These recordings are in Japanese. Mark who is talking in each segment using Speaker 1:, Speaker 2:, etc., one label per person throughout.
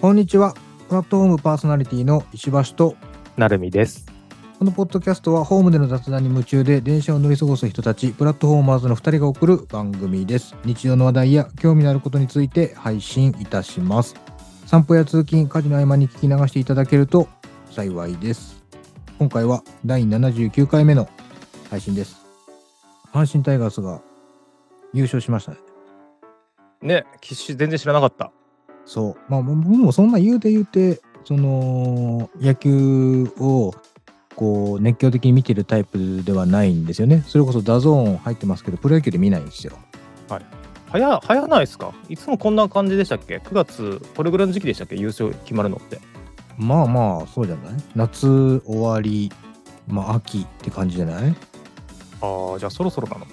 Speaker 1: こんにちは。プラットフォームパーソナリティの石橋と、
Speaker 2: なるみです。
Speaker 1: このポッドキャストはホームでの雑談に夢中で電車を乗り過ごす人たち、プラットフォーマーズの2人が送る番組です。日常の話題や興味のあることについて配信いたします。散歩や通勤、家事の合間に聞き流していただけると幸いです。今回は第79回目の配信です。阪神タイガースが優勝しましたね。
Speaker 2: ね、騎士全然知らなかった。
Speaker 1: そう。まあ、も僕もそんな言うて言うて、その、野球を、こう、熱狂的に見てるタイプではないんですよね。それこそダゾーン入ってますけど、プロ野球で見ないんですよ。
Speaker 2: 早、早ないですかいつもこんな感じでしたっけ ?9 月、これぐらいの時期でしたっけ優勝決まるのって。
Speaker 1: まあまあ、そうじゃない夏終わり、まあ、秋って感じじゃない
Speaker 2: ああ、じゃあそろそろなのか。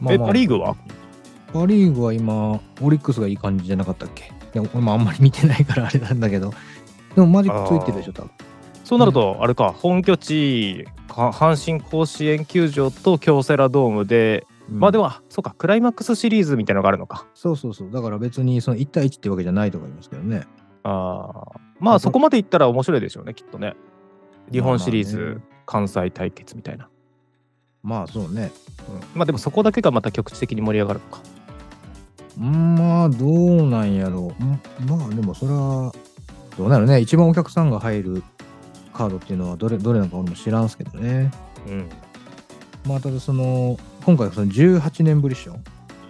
Speaker 1: まあ、
Speaker 2: え、
Speaker 1: まあ、
Speaker 2: パ・リーグは
Speaker 1: パ・リーグは今、オリックスがいい感じじゃなかったっけでも、俺もあんまり見てないからあれなんだけど、でもマジックついてるでしょ、多分。
Speaker 2: そうなると、あれか、本拠地、か阪神甲子園球場と京セラドームで、
Speaker 1: うん
Speaker 2: まあでも、あそうか、クライマックスシリーズみたいなのがあるのか。
Speaker 1: そうそうそう。だから別に、その1対1ってわけじゃないと思いますけどね。
Speaker 2: ああ、まあそこまでいったら面白いでしょうね、きっとね。日本シリーズ、
Speaker 1: まあまあね
Speaker 2: 関西対決みたいな。
Speaker 1: まあ、そうね。
Speaker 2: うんまあでもそこだけがまた局地的に盛り上がるのか。
Speaker 1: うんまあどうなんやろう。うんまあでもそれはどうなるね。一番お客さんが入るカードっていうのはどれどれなのか俺も知らんすけどね。
Speaker 2: うん。
Speaker 1: まあただその今回その18年ぶりっしょ。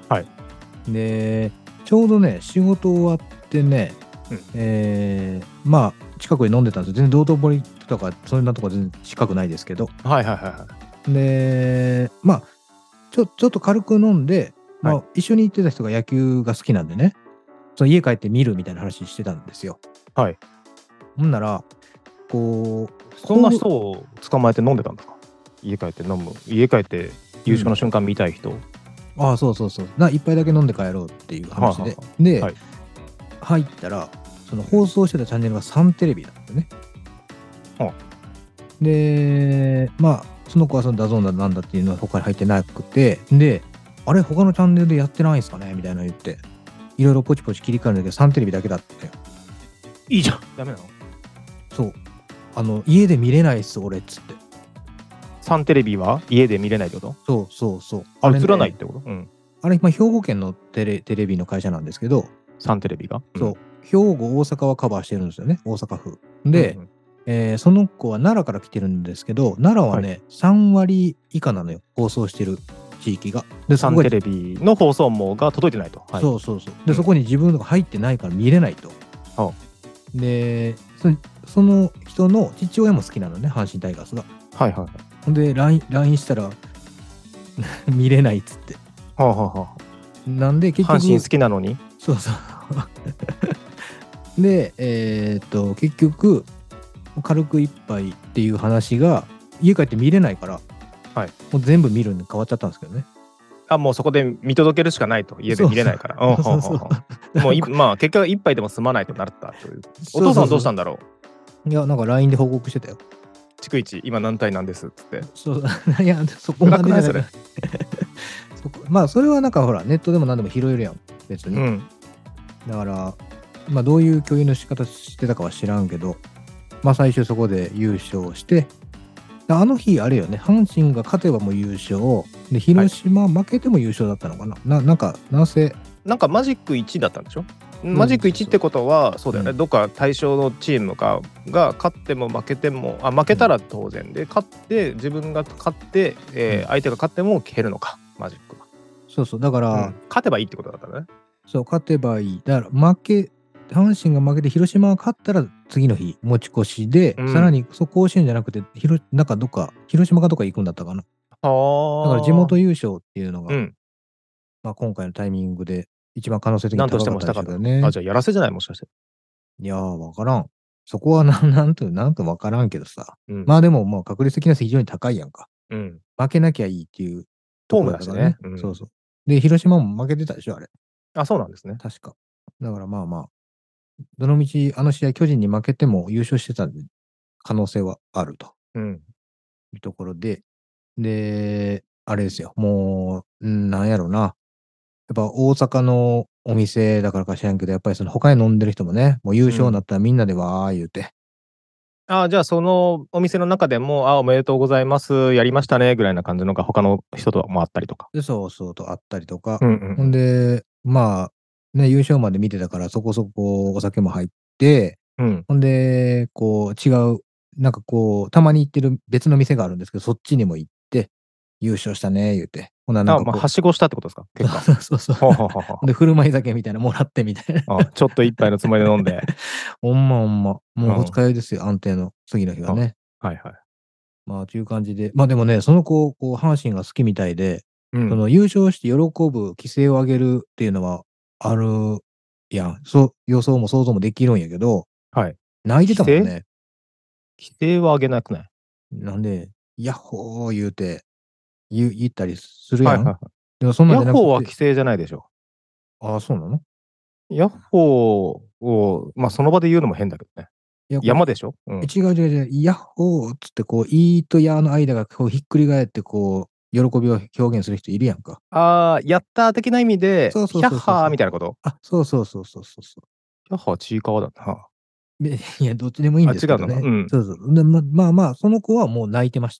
Speaker 2: はい。
Speaker 1: でちょうどね仕事終わってね、
Speaker 2: うん
Speaker 1: えーまあ近くで飲んでたんですよ。全然道頓堀とかそんなとこは全然近くないですけど。
Speaker 2: はいはいはいはい。
Speaker 1: でまあちょちょっと軽く飲んで、ま
Speaker 2: は
Speaker 1: あ、一緒に行ってた人が野球が好きなんでねその家帰って見るみたいな話してたんですよ。
Speaker 2: はい。
Speaker 1: ほんならこう
Speaker 2: そんな人を捕まえて飲んでたんですか家帰って飲む家帰って優勝の瞬間見たい人、
Speaker 1: ああそうそうそうな一杯だけ飲んで帰ろうっていう話で、
Speaker 2: はいはい
Speaker 1: で、
Speaker 2: はい
Speaker 1: 入ったらその放送してたチャンネルがサンテレビなんだよね。
Speaker 2: は
Speaker 1: でまあその子はそのダゾーンだなんだっていうのは他に入ってなくてであれ他のチャンネルでやってないんすかねみたいなの言っていろいろポチポチ切り替えるんだけどサンテレビだけだったよ。
Speaker 2: いいじゃんダメなの
Speaker 1: そうあの家で見れないっす俺っつって
Speaker 2: サンテレビは家で見れないってこ
Speaker 1: そ
Speaker 2: と
Speaker 1: うそうそう
Speaker 2: あ
Speaker 1: れね
Speaker 2: 映らないってことうん
Speaker 1: あれ、まあ、兵庫県のテレテレビの会社なんですけど、
Speaker 2: サンテレビが、ん
Speaker 1: そう、兵庫、大阪はカバーしてるんですよね、大阪府。で、
Speaker 2: うんうん
Speaker 1: えーその子は奈良から来てるんですけど、奈良はね、3割以下なのよ、放送してる地域が。で、
Speaker 2: サ
Speaker 1: そ
Speaker 2: ン
Speaker 1: こ
Speaker 2: テ
Speaker 1: に、
Speaker 2: レビの放送網が届いてないと、はい
Speaker 1: そうそうそう。
Speaker 2: う
Speaker 1: で、
Speaker 2: ん
Speaker 1: そこに自分のが入ってないから見れないと。
Speaker 2: は
Speaker 1: でそ、その人の父親も好きなのね、阪神タイガースが。
Speaker 2: はいはいは
Speaker 1: ほんで、LINE LINE したら、 見れないっつって。
Speaker 2: あはあはあ
Speaker 1: なんで、結局。
Speaker 2: 阪神好きなのに
Speaker 1: そうそう でえーっと結局軽く一杯っていう話が家帰って見れないから、
Speaker 2: はい
Speaker 1: もう全部見るに変わっちゃったんですけどね
Speaker 2: あもうそこで見届けるしかないと家で見れないからうん
Speaker 1: そううんそう
Speaker 2: うんうんもういまあ結果一杯でも済まないとなったというお父さんはどうした
Speaker 1: の
Speaker 2: んだろう
Speaker 1: いやなんか LINE で報告してたよ
Speaker 2: 逐一今何対何ですっつって
Speaker 1: そう いやそこまでじゃな
Speaker 2: 暗
Speaker 1: く
Speaker 2: くない
Speaker 1: てそこまあそれはなんかほらネットでも何でも拾えるやん別に、
Speaker 2: うん
Speaker 1: だからまあどういう共有の仕方してたかは知らんけどまあ最終そこで優勝してあの日あれよね阪神が勝てばもう優勝で広島負けても優勝だったのかな、ななんかなんせ
Speaker 2: なんかマジック1だったんでしょ、マジック1ってことはそうだよね、
Speaker 1: うん
Speaker 2: どっか対象のチームがが勝っても負けてもあ負けたら当然で、勝って自分が勝って、えー
Speaker 1: うん
Speaker 2: 相手が勝っても蹴るのかマジック
Speaker 1: そうそうだから、
Speaker 2: は、うん勝てばいいってことだったのね
Speaker 1: そう勝てばいいだから負け阪神が負けて広島が勝ったら次の日持ち越しで、
Speaker 2: うん
Speaker 1: さらにそう甲子園じゃなくて広なんかどっか広島かどっか行くんだったかなだ
Speaker 2: は
Speaker 1: から地元優勝っていうのが、
Speaker 2: うん
Speaker 1: まあ、今回のタイミングで一番可能性的に
Speaker 2: 何
Speaker 1: 高
Speaker 2: として
Speaker 1: か
Speaker 2: も
Speaker 1: っ
Speaker 2: したた
Speaker 1: んでしょ
Speaker 2: か
Speaker 1: う
Speaker 2: っ
Speaker 1: け
Speaker 2: た
Speaker 1: どね
Speaker 2: あじゃあやらせじゃないもしかして、
Speaker 1: いやー、わからん。そこはなん、 なんと、なんとわからんけどさ。
Speaker 2: うん
Speaker 1: まあでも、まあ確率的な非常に高いやんか。
Speaker 2: うん、
Speaker 1: 負けなきゃいいっていうところからね。
Speaker 2: ホームだしねうん
Speaker 1: そうそう。で、広島も負けてたでしょ、あれ。
Speaker 2: あそうなんですね
Speaker 1: 確か。だからまあまあ、どのみちあの試合、巨人に負けても優勝してたんで、可能性はあると
Speaker 2: うん
Speaker 1: いうところで、で、あれですよ、もう、うんなんやろな。やっぱ大阪のお店だからか知らんけど、やっぱりその他に飲んでる人もね、もう優勝になったらみんなでわー言うて、
Speaker 2: ああ、じゃあそのお店の中でも、ああ、おめでとうございます、やりましたね、ぐらいな感じのが他の人ともあったりとか。
Speaker 1: で、そうそうと会ったりとか、
Speaker 2: うんう
Speaker 1: ほ
Speaker 2: ん。
Speaker 1: んで、まあ、ね、優勝まで見てたから、そこそこお酒も入って、
Speaker 2: うん。
Speaker 1: ほんで、こう、違う、なんかこう、たまに行ってる別の店があるんですけど、そっちにも行って、優勝したね、言うて。ほんなら
Speaker 2: あ
Speaker 1: な
Speaker 2: あ
Speaker 1: んか
Speaker 2: まあ、
Speaker 1: こ
Speaker 2: はしごしたってことですか
Speaker 1: う、
Speaker 2: 結果。
Speaker 1: そうそうそう
Speaker 2: ほ
Speaker 1: う。
Speaker 2: ほうほうほ
Speaker 1: ほんで、振る舞い酒みたいなのもらってみたいな。
Speaker 2: うあちょっと一杯のつもりで飲んで。
Speaker 1: ほんまほんま。もう
Speaker 2: うん
Speaker 1: 二日酔いですよ、安定の次の日はね。
Speaker 2: はいはい。
Speaker 1: まあ、という感じで。まあでもね、その子、こう、阪神が好きみたいで、
Speaker 2: うん
Speaker 1: その優勝して喜ぶ、規制を上げるっていうのはあるやん。そう、予想も想像もできるんやけど、
Speaker 2: はい。
Speaker 1: 泣いてたもん
Speaker 2: 規
Speaker 1: ね。
Speaker 2: 規定は上げなくない
Speaker 1: なんで、ヤッホー言うて、言う言ったりするや
Speaker 2: はい
Speaker 1: ん。
Speaker 2: はいは
Speaker 1: でもそん
Speaker 2: い。
Speaker 1: なん
Speaker 2: ヤ
Speaker 1: じゃな
Speaker 2: ッ
Speaker 1: くて
Speaker 2: ホーは規制じゃないでしょ。
Speaker 1: ああ、そうなの
Speaker 2: ヤッホーを、まあその場で言うのも変だけどね。
Speaker 1: いやこう
Speaker 2: 山でしょ、うん、
Speaker 1: 違う違う違う、ヤッホーっつって、こう、いいとやーの間がこうひっくり返って、こう、喜びを表現する人いるやんか。
Speaker 2: ああ、やったー的な意味で、
Speaker 1: そうそうそうそう
Speaker 2: ヤッハーみたいなこと
Speaker 1: あ、そうそうそうそうそうそ
Speaker 2: ヤッハーちいかわだな。
Speaker 1: う。でいや、どっちでもいいんですけどね。
Speaker 2: あ違うのかうん
Speaker 1: そうそう。でままあまあ、その子はもう泣いてまし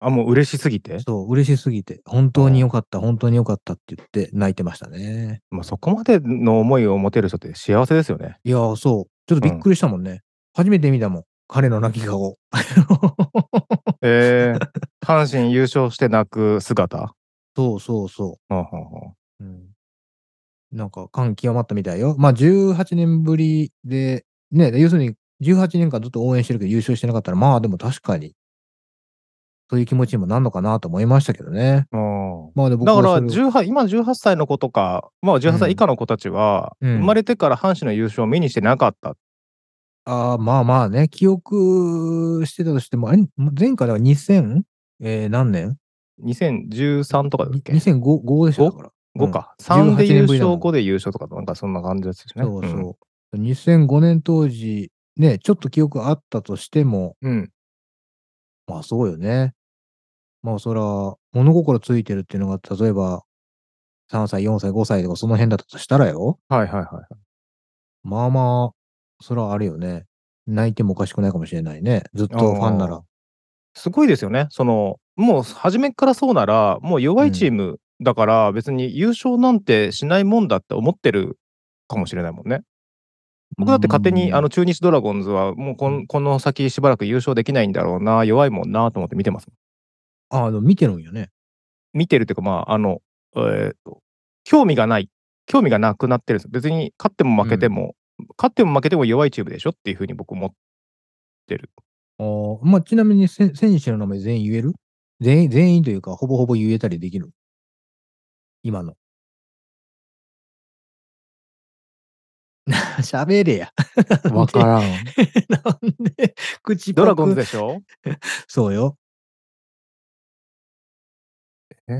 Speaker 1: た。
Speaker 2: あ、もう嬉しすぎて。
Speaker 1: そう、嬉しすぎて、本当に良かった、本当に良かったって言って泣いてましたね。
Speaker 2: まあそこまでの思いを持てる人って幸せですよ ね。
Speaker 1: いやー、そう。ちょっとびっくりしたもんね。初めて見たもん。彼の泣き 顔。
Speaker 2: えー、阪神優勝して泣く姿。
Speaker 1: そうそうそ
Speaker 2: うんうんう
Speaker 1: う。
Speaker 2: ん
Speaker 1: うん、なんか感極まったみたいよ。まあ、18年ぶりで、ね、要するに18年間ずっと応援してるけど優勝してなかったら、まあでも確かに、そういう気持ちにもなんのかなと思いましたけどね。
Speaker 2: うん
Speaker 1: まあで僕
Speaker 2: だ
Speaker 1: は
Speaker 2: か
Speaker 1: それ
Speaker 2: ら
Speaker 1: を
Speaker 2: 18今18歳の子とか、まあ、18
Speaker 1: うん
Speaker 2: 歳以下の子たちは、
Speaker 1: うん
Speaker 2: 生まれてから阪神の優勝を目にしてなかった、
Speaker 1: ああ、まあまあね、記憶してたとしても、あれ前回だから2000、えー、何年
Speaker 2: 2013とかだっけ
Speaker 1: ?2005 5でしょだから。
Speaker 2: 5か、
Speaker 1: うん
Speaker 2: 3で
Speaker 1: 18
Speaker 2: 優
Speaker 1: 年ぶりだもん
Speaker 2: 勝5で優勝とかなんかそんな感じですよね
Speaker 1: そうそう。2005年当時、ね、ちょっと記憶あったとしても、
Speaker 2: うん、うん
Speaker 1: まあそうよね。まあそら、物心ついてるっていうのが、例えば、3歳、4歳、5歳とかその辺だったとしたらよ。
Speaker 2: はいはいはい
Speaker 1: まあまあ、そらあれよね。泣いてもおかしくないかもしれないね。ずっとファンな
Speaker 2: あ
Speaker 1: ら。
Speaker 2: すごいですよねそのもう初めからそうならもう弱いチームだから別に優勝なんてしないもんだって思ってるかもしれないもんね僕だって勝手に
Speaker 1: うん
Speaker 2: あの中日ドラゴンズはもうこんこの先しばらく優勝できないんだろうな弱いもんなと思って見てます
Speaker 1: ああ、でも見てるんよね。
Speaker 2: 見てるというか、まあ、あの、えーと、興味がない、興味がなくなってるんです。別に勝っても負けても、勝っても負けても弱いチームでしょっていうふうに僕思ってる。
Speaker 1: あーまあ、ちなみにせ選手の名前全員言える全員、全員というか、ほぼほぼ言えたりできる今の。 喋れや。 わから
Speaker 2: んで。
Speaker 1: なんで、口
Speaker 2: ドラゴンズ
Speaker 1: で。
Speaker 2: でしょ
Speaker 1: そうよ。
Speaker 2: え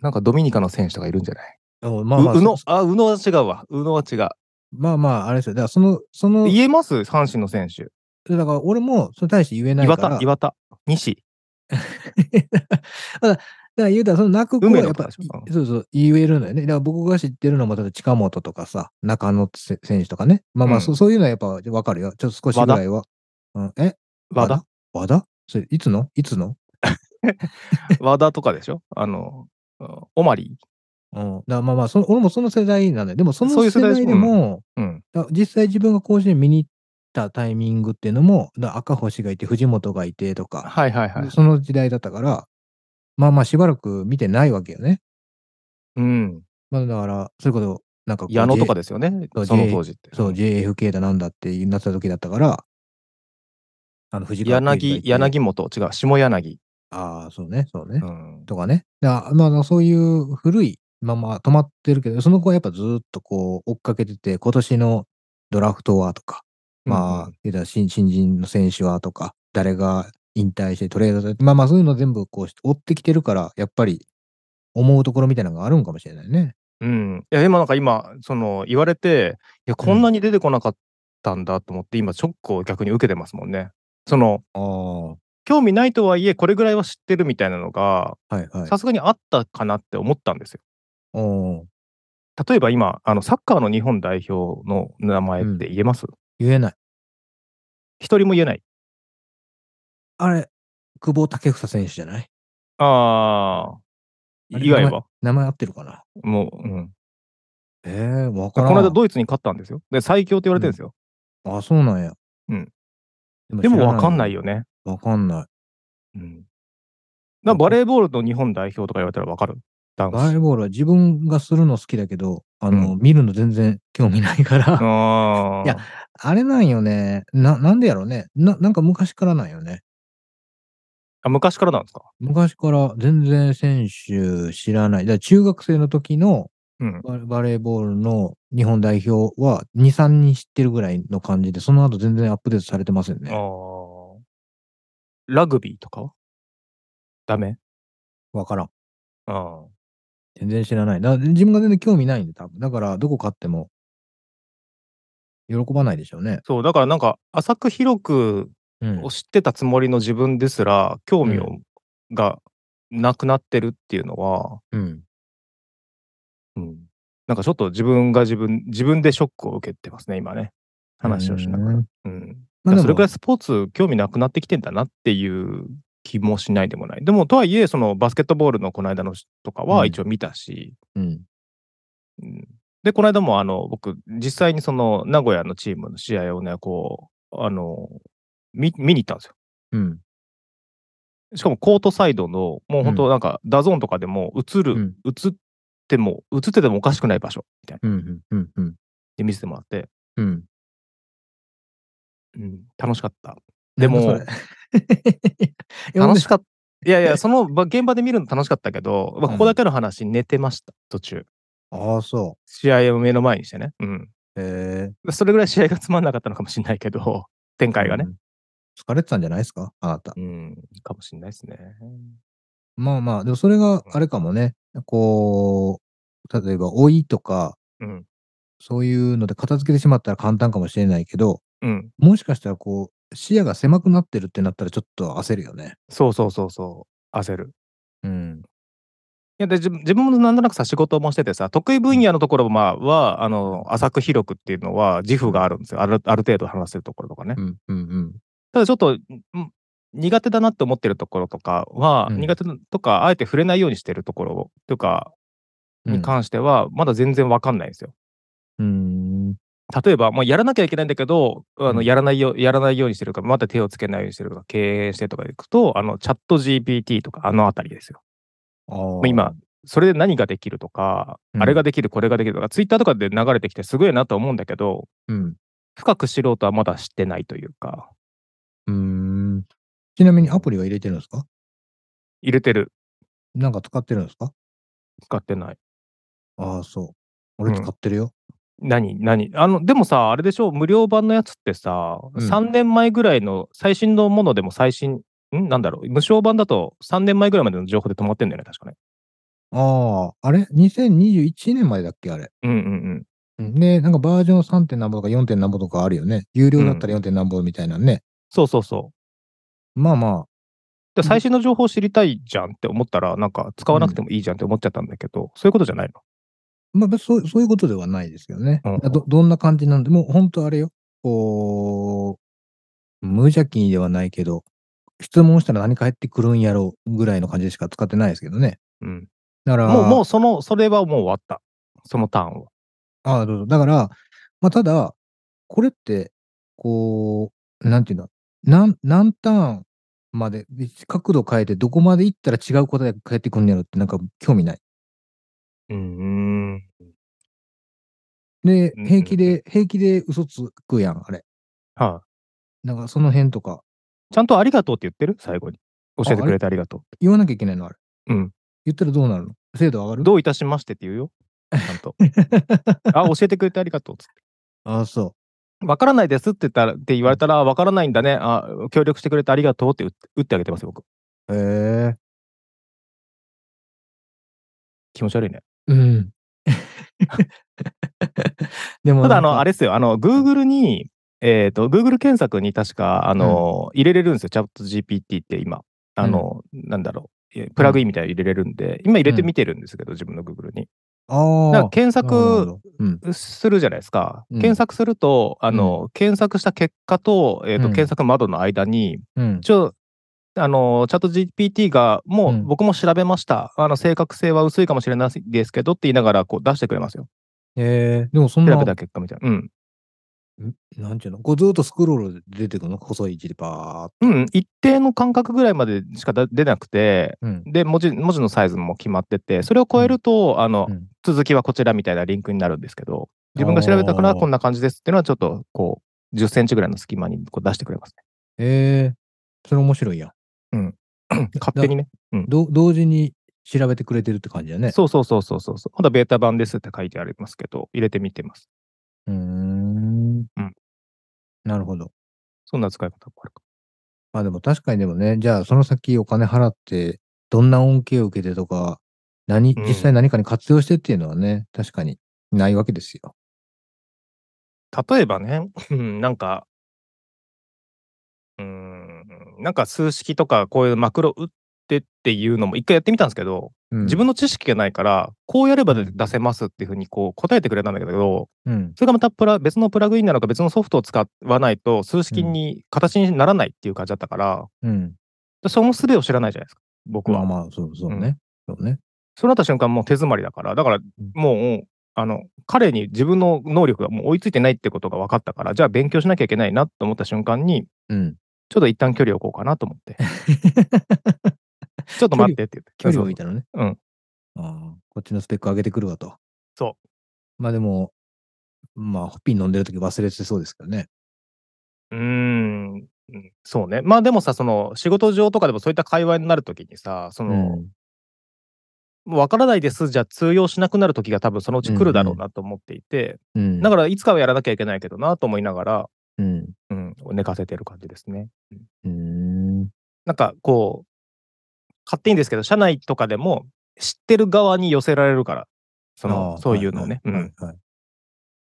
Speaker 2: なんかドミニカの選手とかいるんじゃない、
Speaker 1: おまあまあ、
Speaker 2: う宇野
Speaker 1: そ、
Speaker 2: あ、宇野は違うわ。宇野は違う。
Speaker 1: まあまあ、あれですよ。だから、その、その、
Speaker 2: 言えます阪神の選手。
Speaker 1: だから俺も、それに対して言えない
Speaker 2: 岩
Speaker 1: から。
Speaker 2: 田、岩田、西。
Speaker 1: だから言うたら、その泣く子は
Speaker 2: 梅
Speaker 1: や
Speaker 2: 野
Speaker 1: っ
Speaker 2: と
Speaker 1: ぱ
Speaker 2: かでしょ、
Speaker 1: いそうそう、言えるのよね。だから僕が知ってるのも、例えば近本とかさ、中野せ選手とかね。まあまあ、
Speaker 2: うん
Speaker 1: そそういうのはやっぱわかるよ。ちょっと少しぐらいは。うん、え
Speaker 2: 和田
Speaker 1: 和田それいつのいつの
Speaker 2: 和田とかでしょあの、オマリ
Speaker 1: うん。だからまあまあそ、俺もその世代なんだよ。でもその
Speaker 2: そういう
Speaker 1: 世
Speaker 2: 世代でし
Speaker 1: 代
Speaker 2: ょ
Speaker 1: でも、
Speaker 2: ー。うん。
Speaker 1: だから実際自分が甲子園見に行ったタイミングっていうのも、だから赤星がいて、藤本がいてとか、
Speaker 2: はいはいはい。
Speaker 1: その時代だったから、まあまあしばらく見てないわけよね。
Speaker 2: うん。
Speaker 1: まあだから、そういうこと、なんかこう
Speaker 2: 矢野と
Speaker 1: J-
Speaker 2: かですよね。
Speaker 1: そう
Speaker 2: その当時って。
Speaker 1: そう、JFK だなんだって言ってた時だったから、あの藤川球
Speaker 2: 柳、
Speaker 1: 児がいて。
Speaker 2: 柳本、違う、下柳。
Speaker 1: ああ、そうね、そうね。
Speaker 2: うん。
Speaker 1: とかね。だからまあ、そういう古いまま止まってるけど、その子はやっぱずーっとこう追っかけてて、今年のドラフトはとか、まあ、言うたら新新人の選手はとか、誰が引退してトレードされて、まあまあそういうの全部こう追ってきてるから、やっぱり思うところみたいなのがあるんかもしれないね。
Speaker 2: うん、いやでもなんか今その言われていやこんなに出てこなかったんだと思って、今ショックを逆に受けてますもんね。その
Speaker 1: ああ。は
Speaker 2: 興味ないとはいえこれぐらいは知ってるみたいなのが
Speaker 1: いはい。
Speaker 2: さすがにあったかなって思ったんですよ。
Speaker 1: おー
Speaker 2: 例えば今、あのサッカーの日本代表の名前って言えます
Speaker 1: 言えない。
Speaker 2: 一、人も言えない。
Speaker 1: あれ、久保建英選手じゃない
Speaker 2: ああ、
Speaker 1: あれ
Speaker 2: 以外は
Speaker 1: 名前合ってるかな
Speaker 2: もう、うん。
Speaker 1: ええわ
Speaker 2: こ
Speaker 1: からん。
Speaker 2: の間ドイツに勝ったんですよ。で、最強って言われてるんですよ。
Speaker 1: あ、そうなんや。
Speaker 2: うん。
Speaker 1: でも
Speaker 2: でも分かんない
Speaker 1: よ。
Speaker 2: よね。
Speaker 1: わかんない。
Speaker 2: うん。だからバレーボールの日本代表とか言われたら分かる男
Speaker 1: バレ
Speaker 2: 子。
Speaker 1: ーボールは自分がするの好きだけど、あの、
Speaker 2: うん
Speaker 1: 見るの全然興味ないから、
Speaker 2: ああ。
Speaker 1: いや あれなんよね。な、なんでやろうね。な、なんか昔からなんよね。
Speaker 2: あ昔からなんですか
Speaker 1: 昔から全然選手知らない。だから中学生の時の
Speaker 2: うん。
Speaker 1: ババレーボールの日本代表は2、3人知ってるぐらいの感じで、その後全然アップデートされてません
Speaker 2: あ
Speaker 1: ね。
Speaker 2: ーラグビーとかはダメ
Speaker 1: わからん。
Speaker 2: ああ。
Speaker 1: 全然知らない。だから自分が全然興味ないんで、多分。だから、どこ勝っても、喜ばないでしょうね。
Speaker 2: そう、だからなんか、浅く広く
Speaker 1: うん
Speaker 2: を。知ってたつもりの自分ですら、興味
Speaker 1: う
Speaker 2: を、がなくなってるっていうのは、
Speaker 1: うん。
Speaker 2: うん。なんかちょっと自分が自分、自分でショックを受けてますね、今ね。話をしながら。
Speaker 1: う
Speaker 2: うんん。
Speaker 1: ま
Speaker 2: だ
Speaker 1: あで
Speaker 2: からそれ
Speaker 1: も
Speaker 2: くらいスポーツ興味なくなってきてんだなっていう気もしないでもない。でも、とはいえ、そのバスケットボールのこの間のしとか
Speaker 1: う
Speaker 2: は
Speaker 1: ん
Speaker 2: 一応見たし、
Speaker 1: うん。
Speaker 2: うんで、この間もあの僕、実際にその名古屋のチームの試合をね、こう、あの、見見に行ったんですよ。
Speaker 1: うん。
Speaker 2: しかもコートサイドの、もう本
Speaker 1: う
Speaker 2: 当なんか、ダゾーンとかでも映る、
Speaker 1: うん
Speaker 2: 映っても、映っててもおかしくない場所みたいな。
Speaker 1: うん。うん。うん。
Speaker 2: で、見せてもらって、
Speaker 1: うん。
Speaker 2: うん、楽しかった。でも
Speaker 1: なんだそれ
Speaker 2: 楽しかった。いやいや、その場現場で見るの楽しかったけど、まあ、ここだけの話、寝てました、途中。
Speaker 1: ああ、そ
Speaker 2: 試合を目の前にしてね。うん。
Speaker 1: う。へえ。
Speaker 2: それぐらい試合がつまんなかったのかもしれないけど、展開がね
Speaker 1: う。ん。疲れてたんじゃないですかあなた。
Speaker 2: うん、かもしれないですね。
Speaker 1: まあまあ、でもそれがあれかもね。こう、例えば、老いとか、
Speaker 2: うん。
Speaker 1: そういうので片付けてしまったら簡単かもしれないけど、
Speaker 2: うん。
Speaker 1: もしかしたらこう、視野が狭くなってるってなったらちょっと焦るよね。
Speaker 2: そうそうそうそう。焦る。
Speaker 1: うん。
Speaker 2: いやで自分自分もなんとなくさ仕事もしててさ得意分野のところまあはあの浅く広くっていうのは自負があるんですよあるある程度話せるところとかね。
Speaker 1: うん。うん。
Speaker 2: ただちょっとん苦手だなって思ってるところとかは、
Speaker 1: うん
Speaker 2: 苦手なとかあえて触れないようにしてるところとか
Speaker 1: うん。
Speaker 2: に関しては、まだ全然わかんないんですよ。
Speaker 1: うん。
Speaker 2: 例えば、まあ、やらなきゃいけないんだけど、あ
Speaker 1: う
Speaker 2: の
Speaker 1: ん
Speaker 2: やらないよやらないようにしてるとか、また手をつけないようにしてるとか、敬遠してとかいくと、あのチャット GPT とか、あのあたりですよ。
Speaker 1: あー
Speaker 2: もう今、それで何ができるとか、
Speaker 1: うん
Speaker 2: あれができる、これができるとか、ツイッターとかで流れてきて、すごいなと思うんだけど、
Speaker 1: うん。
Speaker 2: 深く知ろうとはまだ知ってないというか、
Speaker 1: うーん。ちなみにアプリは入れてるんですか
Speaker 2: 入れてる、
Speaker 1: なんか使ってるんですか
Speaker 2: 使ってない。
Speaker 1: ああ、そう。俺
Speaker 2: うん
Speaker 1: 使ってるよ。
Speaker 2: 何、何、あの、でもさ、あれでしょ、無料版のやつってさ、
Speaker 1: うん
Speaker 2: 3年前ぐらいの最新のものでも最新、んなんだろう、無償版だと3年前ぐらいまでの情報で止まってんだよね、確かね。
Speaker 1: ああ、あれ ?2021 年までだっけあれ。
Speaker 2: うんうんうん。
Speaker 1: うんで、なんかバージョン 3. 点なんぼとか 4. 点なんぼとかあるよね。有料だったら 4. 点なんぼみたいなね。
Speaker 2: そうそうそう。
Speaker 1: まあま
Speaker 2: で最新の情報を知りたいじゃんって思ったら、なんか使わなくてもいいじゃんって思っちゃったんだけど、そういうことじゃないの
Speaker 1: あ、まあ別にそうそういうことではないですよね。
Speaker 2: うん
Speaker 1: どどんな感じなんで、もう本当あれよ。こう、無邪気にではないけど、質問したら何返ってくるんやろうぐらいの感じでしか使ってないですけどね。
Speaker 2: うん。
Speaker 1: だから、
Speaker 2: もう、もう、その、それはもう終わった。そのターンは。
Speaker 1: ああ、どうぞ。だから、まあ、ただ、これって、こう、なんていうの、なん何ターンまで、で角度変えて、どこまで行ったら違う答えが返ってくるんやろって、なんか興味ない。
Speaker 2: うん。
Speaker 1: で、
Speaker 2: うん
Speaker 1: 平気で、平気で嘘つくやん、あれ。
Speaker 2: は
Speaker 1: なんかその辺とか、
Speaker 2: い。ちゃんとありがとうって言ってる最後に。教えてくれてありがとうって
Speaker 1: 言わなきゃいけないの、あれ。
Speaker 2: うん。
Speaker 1: 言ったらどうなるの精度上がる
Speaker 2: どういたしましてって言うよ。ちゃん と。あ、教えてくれてありがとうっつっ
Speaker 1: ああ、そ
Speaker 2: て。わからないですって言ったら、って言われたら、わからないんだね。あ、協力してくれてありがとうって打って打ってあげてますよ、僕。
Speaker 1: う。へえ。
Speaker 2: 気持ち悪いね。
Speaker 1: うん。 でも
Speaker 2: ただ、あの、
Speaker 1: なんか
Speaker 2: あれですよ。あの、Google に、えっ、と、Google 検索に確か、あの、入れれるんですよ。チャット GPT って今。あの、なんだろう。えプラグインみたいなの入れれるんで、今入れてみてるんですけど、自分の Google に。だか
Speaker 1: あ
Speaker 2: ら検
Speaker 1: あ。なるほどなる
Speaker 2: 索
Speaker 1: ほどうん。
Speaker 2: するじゃないですか。
Speaker 1: うん
Speaker 2: 検索すると、あの、検索した結果と、えっ、と、
Speaker 1: うん
Speaker 2: 検索窓の間に、
Speaker 1: うん。
Speaker 2: 一応、あの、チャット GPT が、も
Speaker 1: う
Speaker 2: うん僕も調べました。あの、正確性は薄いかもしれないですけどって言いながら、こう出してくれますよ。
Speaker 1: えー、でもそん
Speaker 2: 調
Speaker 1: な、
Speaker 2: べた結果みたいな。うん。
Speaker 1: なんていうのこうずっとスクロールで出てくるの細い字でバーっ
Speaker 2: うん、一定の間隔ぐらいまでしか出出なくて、
Speaker 1: と。うん。
Speaker 2: で文字、文字のサイズも決まってて、それを超えると、あの
Speaker 1: うん
Speaker 2: 続きはこちらみたいなリンクになるんですけど、自分が調べたから
Speaker 1: あー
Speaker 2: こんな感じですっていうのは、ちょっとこう、10センチぐらいの隙間にこう出してくれます
Speaker 1: えー、それ面白いやん。
Speaker 2: ね。勝手にね。
Speaker 1: ど同時に調べてくれてるって感じだね。
Speaker 2: そうそうそうそうそうそう。まだベータ版ですって書いてありますけど、入れてみてます。
Speaker 1: う。うーん
Speaker 2: うん。
Speaker 1: なるほど。
Speaker 2: そんな使い方もあるか。
Speaker 1: まあでも確かにでもね、じゃあその先お金払って、どんな恩恵を受けてとか、何、
Speaker 2: うん
Speaker 1: 実際何かに活用してっていうのはね、確かにないわけですよ。
Speaker 2: 例えばね、うんなんか、うーん、なんか数式とかこういうマクロ打ってっていうのも一回やってみたんですけど、
Speaker 1: うん、
Speaker 2: 自分の知識がないから、こうやれば出せますっていうふうにこう答えてくれたんだけど、
Speaker 1: うん。
Speaker 2: それがまたプラ別のプラグインなのか別のソフトを使わないと数式に形にならないっていう感じだったから、
Speaker 1: うん。
Speaker 2: その術を知らないじゃないですか、僕
Speaker 1: ま
Speaker 2: は。
Speaker 1: あまあ、そうそうね。そうね。
Speaker 2: そうなった瞬間もう手詰まりだから、だからもう、あの、彼に自分の能力がもう追いついてないってことが分かったから、じゃあ勉強しなきゃいけないなと思った瞬間に、
Speaker 1: うん。
Speaker 2: ちょっと一旦距離を置こうかなと 思って。ちょっと待ってって言って。
Speaker 1: 距離を置い
Speaker 2: て。
Speaker 1: たのね。
Speaker 2: うん
Speaker 1: ああ。こっちのスペック上げてくるわと。
Speaker 2: そ
Speaker 1: まあでも、まあ、ホッピー飲んでるとき忘れてそうですけどね。
Speaker 2: う。うーん。うんそうね。まあでもさ、その仕事上とかでもそういった会話になるときにさ、その、もう分からないですじゃ通用しなくなるときが多分そのうち来るだろうなと思っていて、
Speaker 1: うん。
Speaker 2: だ
Speaker 1: か
Speaker 2: からいつかはやらなきゃいけないけどなと思いながら、
Speaker 1: ら、うん。
Speaker 2: うん、寝かせてる感じですね。
Speaker 1: うーん。
Speaker 2: なんかこう、勝手にですけど、社内とかでも知ってる側に寄せられるから、そ
Speaker 1: あ
Speaker 2: の
Speaker 1: あ
Speaker 2: そういうのをね、
Speaker 1: は
Speaker 2: う
Speaker 1: い
Speaker 2: ん
Speaker 1: はいはい。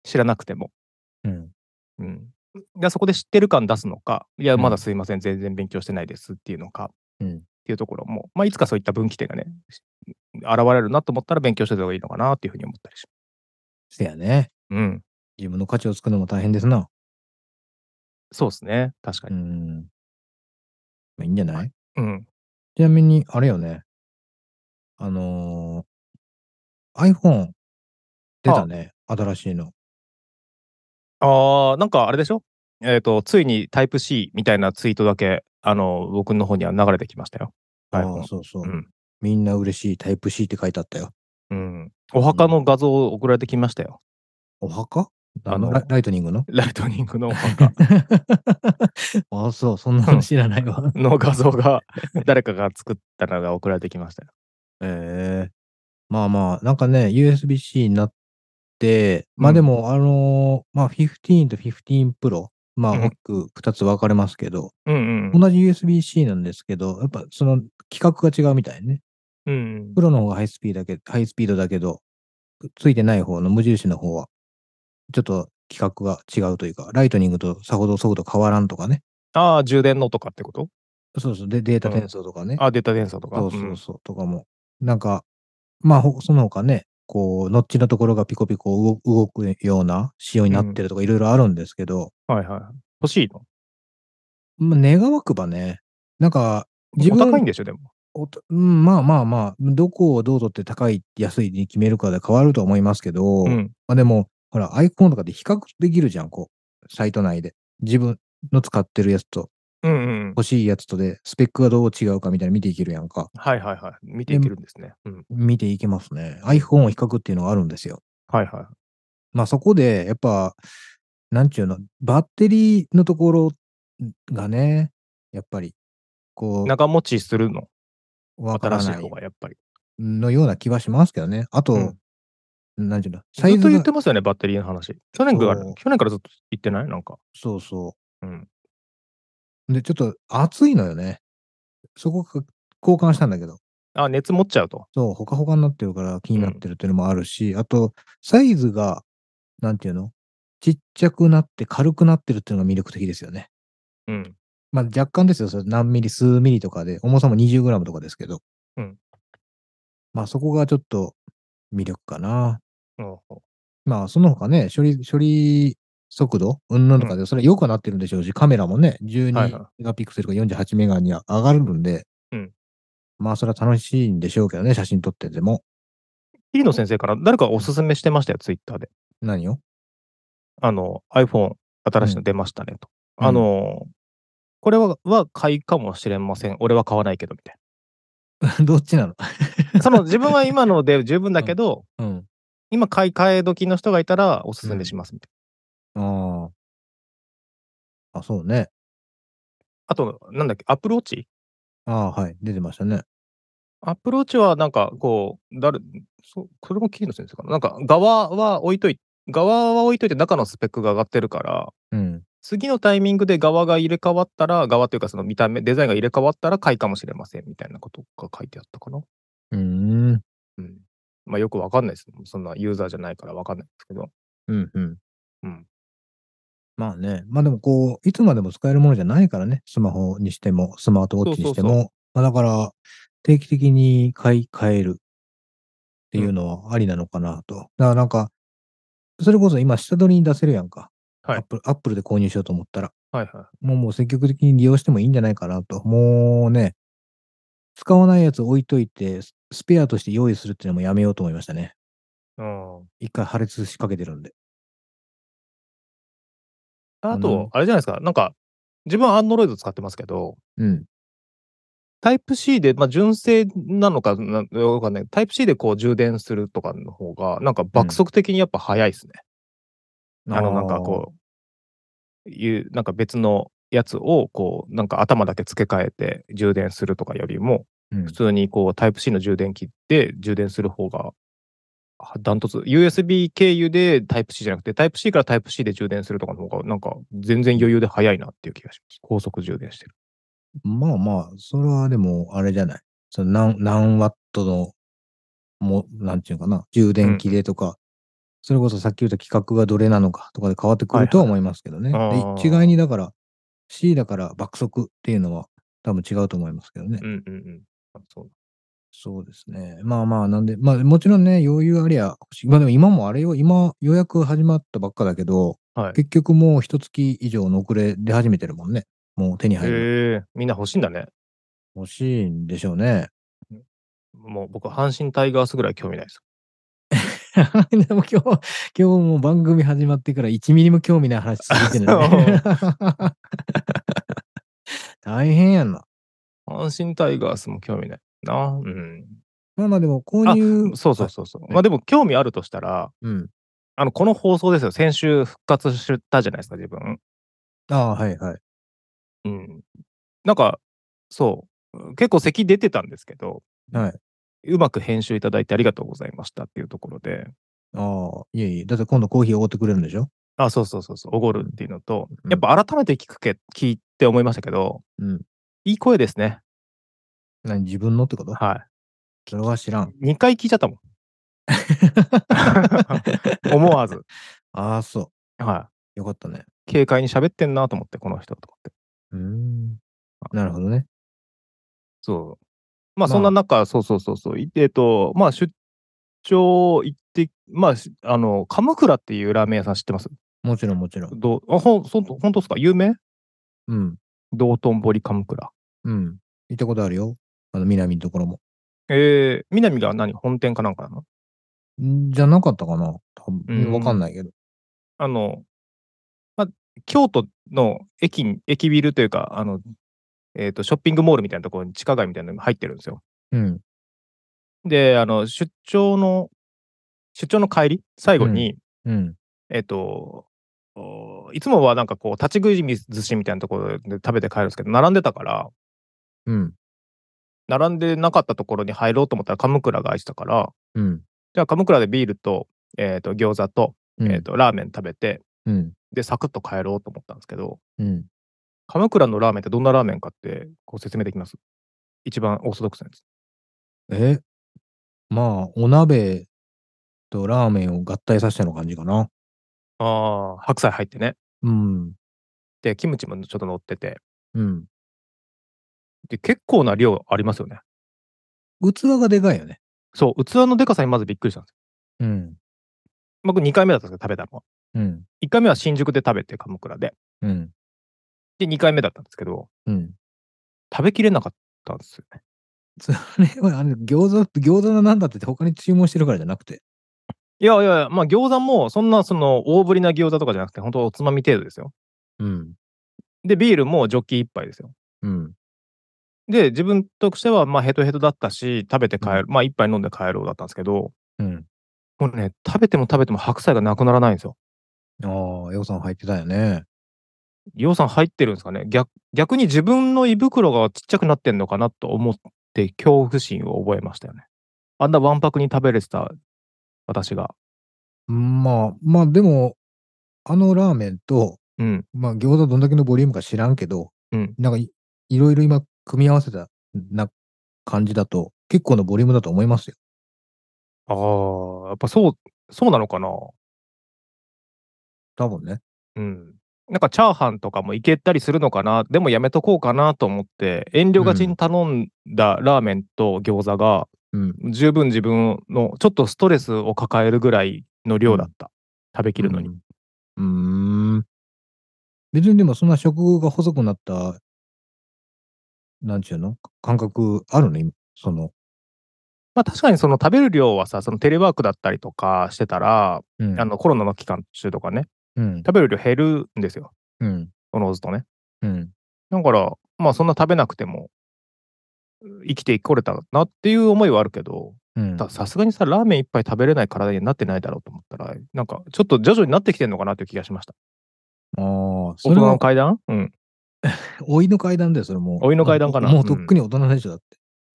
Speaker 2: 知らなくても。
Speaker 1: うん。
Speaker 2: うんでそこで知ってる感出すのか、いや、
Speaker 1: うん
Speaker 2: まだすいません、全然勉強してないですっていうのか、
Speaker 1: うん
Speaker 2: っていうところも、まあ、いつかそういった分岐点がね、し現れるなと思ったら勉強してた方がいいのかなっていうふうに思ったりし
Speaker 1: せやね。
Speaker 2: ます。うん、
Speaker 1: 自分の価値をつくのも大変ですな。
Speaker 2: そうですね、確か
Speaker 1: う
Speaker 2: に。
Speaker 1: ん。まあ、いいんじゃない
Speaker 2: うん、
Speaker 1: ちなみに、あれよね。あのー iPhone 出たね。新しいの。
Speaker 2: ああ、なんかあれでしょえっ、と、ついにタイプ C みたいなツイートだけ、あの、僕の方には流れてきましたよ。
Speaker 1: あ
Speaker 2: iPhone
Speaker 1: あ、そうそう、
Speaker 2: うん
Speaker 1: みんな嬉しいタイプ C って書いてあったよ。
Speaker 2: うん、お墓の画像を送られてきましたよ。
Speaker 1: お墓
Speaker 2: あの
Speaker 1: ラライトニング の
Speaker 2: ライトニングのお 墓
Speaker 1: あそう、そんなの知らないわ。
Speaker 2: の画像が誰かが作ったのが送られてきましたよ。
Speaker 1: ええまあまあ、なんかね、USB-C になって、ま
Speaker 2: う
Speaker 1: あ
Speaker 2: ん
Speaker 1: でも、あのーまあ、15と15 Pro、まあ、
Speaker 2: うん
Speaker 1: 大きく2つ分かれますけど、
Speaker 2: うん
Speaker 1: 同じ USB-C なんですけど、やっぱその規格が違うみたいね。
Speaker 2: うん。うん
Speaker 1: プロの方がハイスピードだけハイスピードだけど、ついてない方の無印の方は、ちょっと規格が違うというか、ライトニングとさほど速度変わらんとかね。
Speaker 2: ああ、充電のとかってこと
Speaker 1: そうそう、でデータ
Speaker 2: うん
Speaker 1: 転送とかね。
Speaker 2: ああ、データ伝送とか。
Speaker 1: そうそううんそう、とかも。なんか、まあ、ほその他ね、こう、ノッチのところがピコピコ動動くような仕様になってるとか、いろいろあるんですけど、
Speaker 2: はいはい。欲しいの
Speaker 1: まあ、願わくばね、なんか、自分
Speaker 2: お高いんでしょ、でも。
Speaker 1: おとうん、まあまあまあ、どこをどうぞって高い、安いに決めるかで変わるとは思いますけど、
Speaker 2: うん。
Speaker 1: まあでも、ほら、iPhone とかで比較できるじゃん、こう、サイト内で。自分の使ってるやつと、
Speaker 2: うんうん。
Speaker 1: 欲しいやつとで、スペックがどう違うかみたいな見ていけるやんか。
Speaker 2: はいはいはい。見ていけるんですね。うん。
Speaker 1: 見ていけますね。iPhone を比較っていうのがあるんですよ。
Speaker 2: はいは
Speaker 1: まあそこで、やっぱ、なんちゅうの、バッテリーのところがね、やっぱり、こ
Speaker 2: い。長持ちするの
Speaker 1: う、わか
Speaker 2: 新
Speaker 1: ら
Speaker 2: しい
Speaker 1: ない
Speaker 2: 方がやっぱり。
Speaker 1: のような気はしますけどね。あと、
Speaker 2: うん
Speaker 1: なんちゅうの、
Speaker 2: ずっと言っ
Speaker 1: が
Speaker 2: てますよね、バッテリーの話。去年から
Speaker 1: そう、
Speaker 2: 去年からずっと言ってないなんか。
Speaker 1: そうそ
Speaker 2: うん。
Speaker 1: う。で、ちょっと熱いのよね。そこか交換したんだけど。
Speaker 2: あ、熱持っちゃうと。
Speaker 1: そう、ほかほかになってるから気になってるっていうのもあるし、あと、サイズが、なんていうのちっちゃくなって軽くなってるっていうのが魅力的ですよね。
Speaker 2: うん。
Speaker 1: まあ若干ですよ。それ何ミリ、数ミリとかで、重さも 20g とかですけど。
Speaker 2: うん。
Speaker 1: まあそこがちょっと、魅力かな。
Speaker 2: うん
Speaker 1: まあ、その他ね、処理、処理速度、うんぬんとかで、それは良くはなってるんでしょうし、カメラもね、
Speaker 2: はい
Speaker 1: 12
Speaker 2: は
Speaker 1: メガピクセルか48メガには上がるんで、
Speaker 2: うん
Speaker 1: まあ、それは楽しいんでしょうけどね、写真撮ってても。
Speaker 2: 桐野先生から誰かおすすめしてましたよ、ツイッターで。
Speaker 1: 何を
Speaker 2: あの、iPhone 新しいの出ましたねと。あ、の、これはは買いかもしれません。俺は買わないけど、みたい
Speaker 1: うんどっちなの
Speaker 2: な。その自分は今ので十分だけど、
Speaker 1: うん。
Speaker 2: 今買い替え時の人がいたらおすすめします、みたいな。
Speaker 1: ああ。あ、そうね。
Speaker 2: あと、なんだっけ、アップルウォッチ
Speaker 1: ああ、はい。出てましたね。
Speaker 2: アップルウォッチはなんかこう、誰、そこれも桐野先生かな。なんか側は置いといて、側は置いといて中のスペックが上がってるから、
Speaker 1: うん。
Speaker 2: 次のタイミングで側が入れ替わったら、側というかその見た目、デザインが入れ替わったら買いかもしれませんみたいなことが書いてあったかな。
Speaker 1: うーん。
Speaker 2: うん。まあよくわかんないです。そんなユーザーじゃないからわかんないですけど。
Speaker 1: うん。うん。
Speaker 2: うん。
Speaker 1: まあね。まあでもこう、いつまでも使えるものじゃないからね。スマホにしても、スマートウォッチにしても。
Speaker 2: そうそ
Speaker 1: まあだから、定期的に買い替えるっていうのはありなのかなと。だからなんか、それこそ今、下取りに出せるやんか。
Speaker 2: はい
Speaker 1: アップル、アップルで購入しようと思ったら。
Speaker 2: はいは
Speaker 1: もうもう積極的に利用してもいいんじゃないかなと。もうね、使わないやつ置いといて、ススペアとして用意するっていうのもやめようと思いましたね。
Speaker 2: い。うん。
Speaker 1: 一回破裂しかけてるんで。
Speaker 2: あ
Speaker 1: うん
Speaker 2: と、あれじゃないですか。なんか、自分は Android 使ってますけど、
Speaker 1: うん。
Speaker 2: タイプ C で、まあ、純正なのか、なんわかんない。タイプ C でこう充電するとかの方が、なんか爆速的にやっぱ早いですね。あの、なんかこう、いう、なんか別のやつを、こう、なんか頭だけ付け替えて充電するとかよりも、
Speaker 1: う、うん
Speaker 2: 普通にこう、タイプ C の充電器で充電する方が、はダントツ、USB 経由でタイプ C じゃなくて、タイプ C からタイプ C で充電するとかの方が、なんか全然余裕で早いなっていう気がします。高速充電してる。
Speaker 1: まあまあ、それはでも、あれじゃない。その何、何ワットの、もう、なんていうのかな、充電器でとか、それこそさっき言った規格がどれなのかとかで変わってくるとは思いますけどね。
Speaker 2: はいはいあー
Speaker 1: で一概にだから、C だから爆速っていうのは多分違うと思いますけどね。
Speaker 2: うんうんうん。あそう
Speaker 1: そうですね。まあまあ、なんで、まあもちろんね、余裕ありゃ欲しい。まあでも今もあれよ、今予約始まったばっかだけど、
Speaker 2: はい
Speaker 1: 結局もう一月以上の遅れ出始めてるもんね。もう手に
Speaker 2: へ
Speaker 1: 入る。
Speaker 2: えみんな欲しいんだね。
Speaker 1: 欲しいんでしょうね。
Speaker 2: もう僕、阪神タイガースぐらい興味ないです。
Speaker 1: でも今日、今日もう番組始まってから1ミリも興味ない話続いてるね。 大変やんな。
Speaker 2: 阪神タイガースも興味ないな。うん。
Speaker 1: まあまあでも購入。
Speaker 2: そうそうそうそう。まあでも興味あるとしたら、
Speaker 1: うん。
Speaker 2: あの、この放送ですよ。先週復活したじゃないですか、自分。
Speaker 1: ああ、はいはい。
Speaker 2: うん。なんか、そう。結構咳出てたんですけど、
Speaker 1: はいう
Speaker 2: まく編集いただいてありがとうございましたっていうところで、
Speaker 1: ああ、いえいえ。だって今度コーヒーおごってくれるんでしょ
Speaker 2: あ、そうそうそうそう、おごるっていうのと、
Speaker 1: うん
Speaker 2: やっぱ改めて聞くけ、聞いて思いましたけど、
Speaker 1: うん
Speaker 2: いい声ですね。
Speaker 1: 何自分のってこと
Speaker 2: は
Speaker 1: それは知らん。
Speaker 2: い。2回聞いちゃったもん。 思わず。
Speaker 1: ああ、そ
Speaker 2: は
Speaker 1: う。よかったね。
Speaker 2: い。軽快に喋ってんなと思って、この人と思って。
Speaker 1: うーん。なるほどね。
Speaker 2: そう。ま
Speaker 1: ま
Speaker 2: あ、
Speaker 1: あ
Speaker 2: そんな中、そうそうそうそう。いえっと、まあ、出張行って、まあ、しあの、鎌倉っていうラーメン屋さん知ってます
Speaker 1: もちろんもちろん。
Speaker 2: どうあほんそんと本当ですか有名
Speaker 1: うん。
Speaker 2: 道頓堀鎌倉。
Speaker 1: うん。行ったことあるよ。あの、南のところも。
Speaker 2: えー、南が何本店かなんかなの
Speaker 1: んじゃなかったかな多
Speaker 2: う
Speaker 1: 分。
Speaker 2: ん
Speaker 1: わかんないけど。
Speaker 2: あの、まあ、京都の駅に、駅ビルというか、あの、えっと、ショッピングモールみたいなところに地下街みたいなのが入ってるんですよ。
Speaker 1: うん。
Speaker 2: で、あの、出張の、出張の帰り、最後に、
Speaker 1: うん。
Speaker 2: えっ、と、おいつもはなんかこう、立ち食い寿司みたいなところで食べて帰るんですけど、並んでたから、
Speaker 1: うん。
Speaker 2: 並んでなかったところに入ろうと思ったら、鎌倉が空いてたから、
Speaker 1: うん。
Speaker 2: じゃあ鎌倉でビールと、えっ、と、餃子と、
Speaker 1: うん
Speaker 2: えっ、と、ラーメン食べて、
Speaker 1: うん。
Speaker 2: で、サクッと帰ろうと思ったんですけど、
Speaker 1: うん。
Speaker 2: 鎌倉のラーメンってどんなラーメンかって、こう説明できます一番オーソドックスなやつ。
Speaker 1: えまあ、お鍋とラーメンを合体させたの感じかな。
Speaker 2: ああ、白菜入ってね。
Speaker 1: うん。
Speaker 2: で、キムチもちょっと乗ってて、
Speaker 1: うん。
Speaker 2: で、結構な量ありますよね。
Speaker 1: 器がでかいよね。
Speaker 2: そう、器のでかさにまずびっくりしたんですよ。
Speaker 1: うん。
Speaker 2: 僕2回目だったんですけど、食べたのは。
Speaker 1: うん。
Speaker 2: 1回目は新宿で食べて、鎌倉で。
Speaker 1: うん。
Speaker 2: で、2回目だったんですけど、
Speaker 1: うん。
Speaker 2: 食べきれなかったんですよね。
Speaker 1: それは、あれ、餃子、餃子のなんだってって他に注文してるからじゃなくて。
Speaker 2: いやいやいや、まあ餃子もそんなその大ぶりな餃子とかじゃなくて、本当おつまみ程度ですよ。
Speaker 1: うん。
Speaker 2: で、ビールもジョッキ1杯ですよ。
Speaker 1: うん。
Speaker 2: で、自分としてはまあヘトヘトだったし、食べて帰る、
Speaker 1: う
Speaker 2: まあ1杯飲んで帰ろうだったんですけど、
Speaker 1: うん。
Speaker 2: もうね、食べても食べても白菜がなくならないんですよ。
Speaker 1: ああ、予算入ってたよね。
Speaker 2: 予算入ってるんですかね逆逆に自分の胃袋がちっちゃくなってんのかなと思って恐怖心を覚えましたよね。あんなわんぱくに食べれてた私が。
Speaker 1: まあ、まあでも、あのラーメンと、
Speaker 2: うん。
Speaker 1: まあ餃子どんだけのボリュームか知らんけど、
Speaker 2: うん
Speaker 1: なんかいいろいろ今組み合わせたな感じだと、結構なボリュームだと思いますよ。
Speaker 2: ああ、やっぱそう、そうなのかな
Speaker 1: 多分ね。
Speaker 2: うん。なんかチャーハンとかもいけたりするのかなでもやめとこうかなと思って、遠慮がちに頼んだラーメンと餃子が、
Speaker 1: うん。
Speaker 2: 十分自分のちょっとストレスを抱えるぐらいの量だった。食べきるのに。
Speaker 1: うん。うーん。別にでもそんな食が細くなった、なんちゅうの感覚あるの今その。
Speaker 2: まあ確かにその食べる量はさ、そのテレワークだったりとかしてたら、
Speaker 1: うん。
Speaker 2: あのコロナの期間中とかね、
Speaker 1: うん。
Speaker 2: 食べる量減るんですよ。
Speaker 1: うん。
Speaker 2: おのずとね。
Speaker 1: うん。
Speaker 2: だから、まあそんな食べなくても生きてこれたなっていう思いはあるけど、
Speaker 1: うん。
Speaker 2: たださすがにさ、ラーメン一杯食べれない体になってないだろうと思ったら、なんかちょっと徐々になってきてんのかなという気がしました。
Speaker 1: ああ、そ
Speaker 2: 大
Speaker 1: れ
Speaker 2: 人
Speaker 1: は
Speaker 2: の階段うん。
Speaker 1: 老いの階段だよ、それもう。
Speaker 2: 老いの階段かな
Speaker 1: もうとっくに大人でしょ、だって。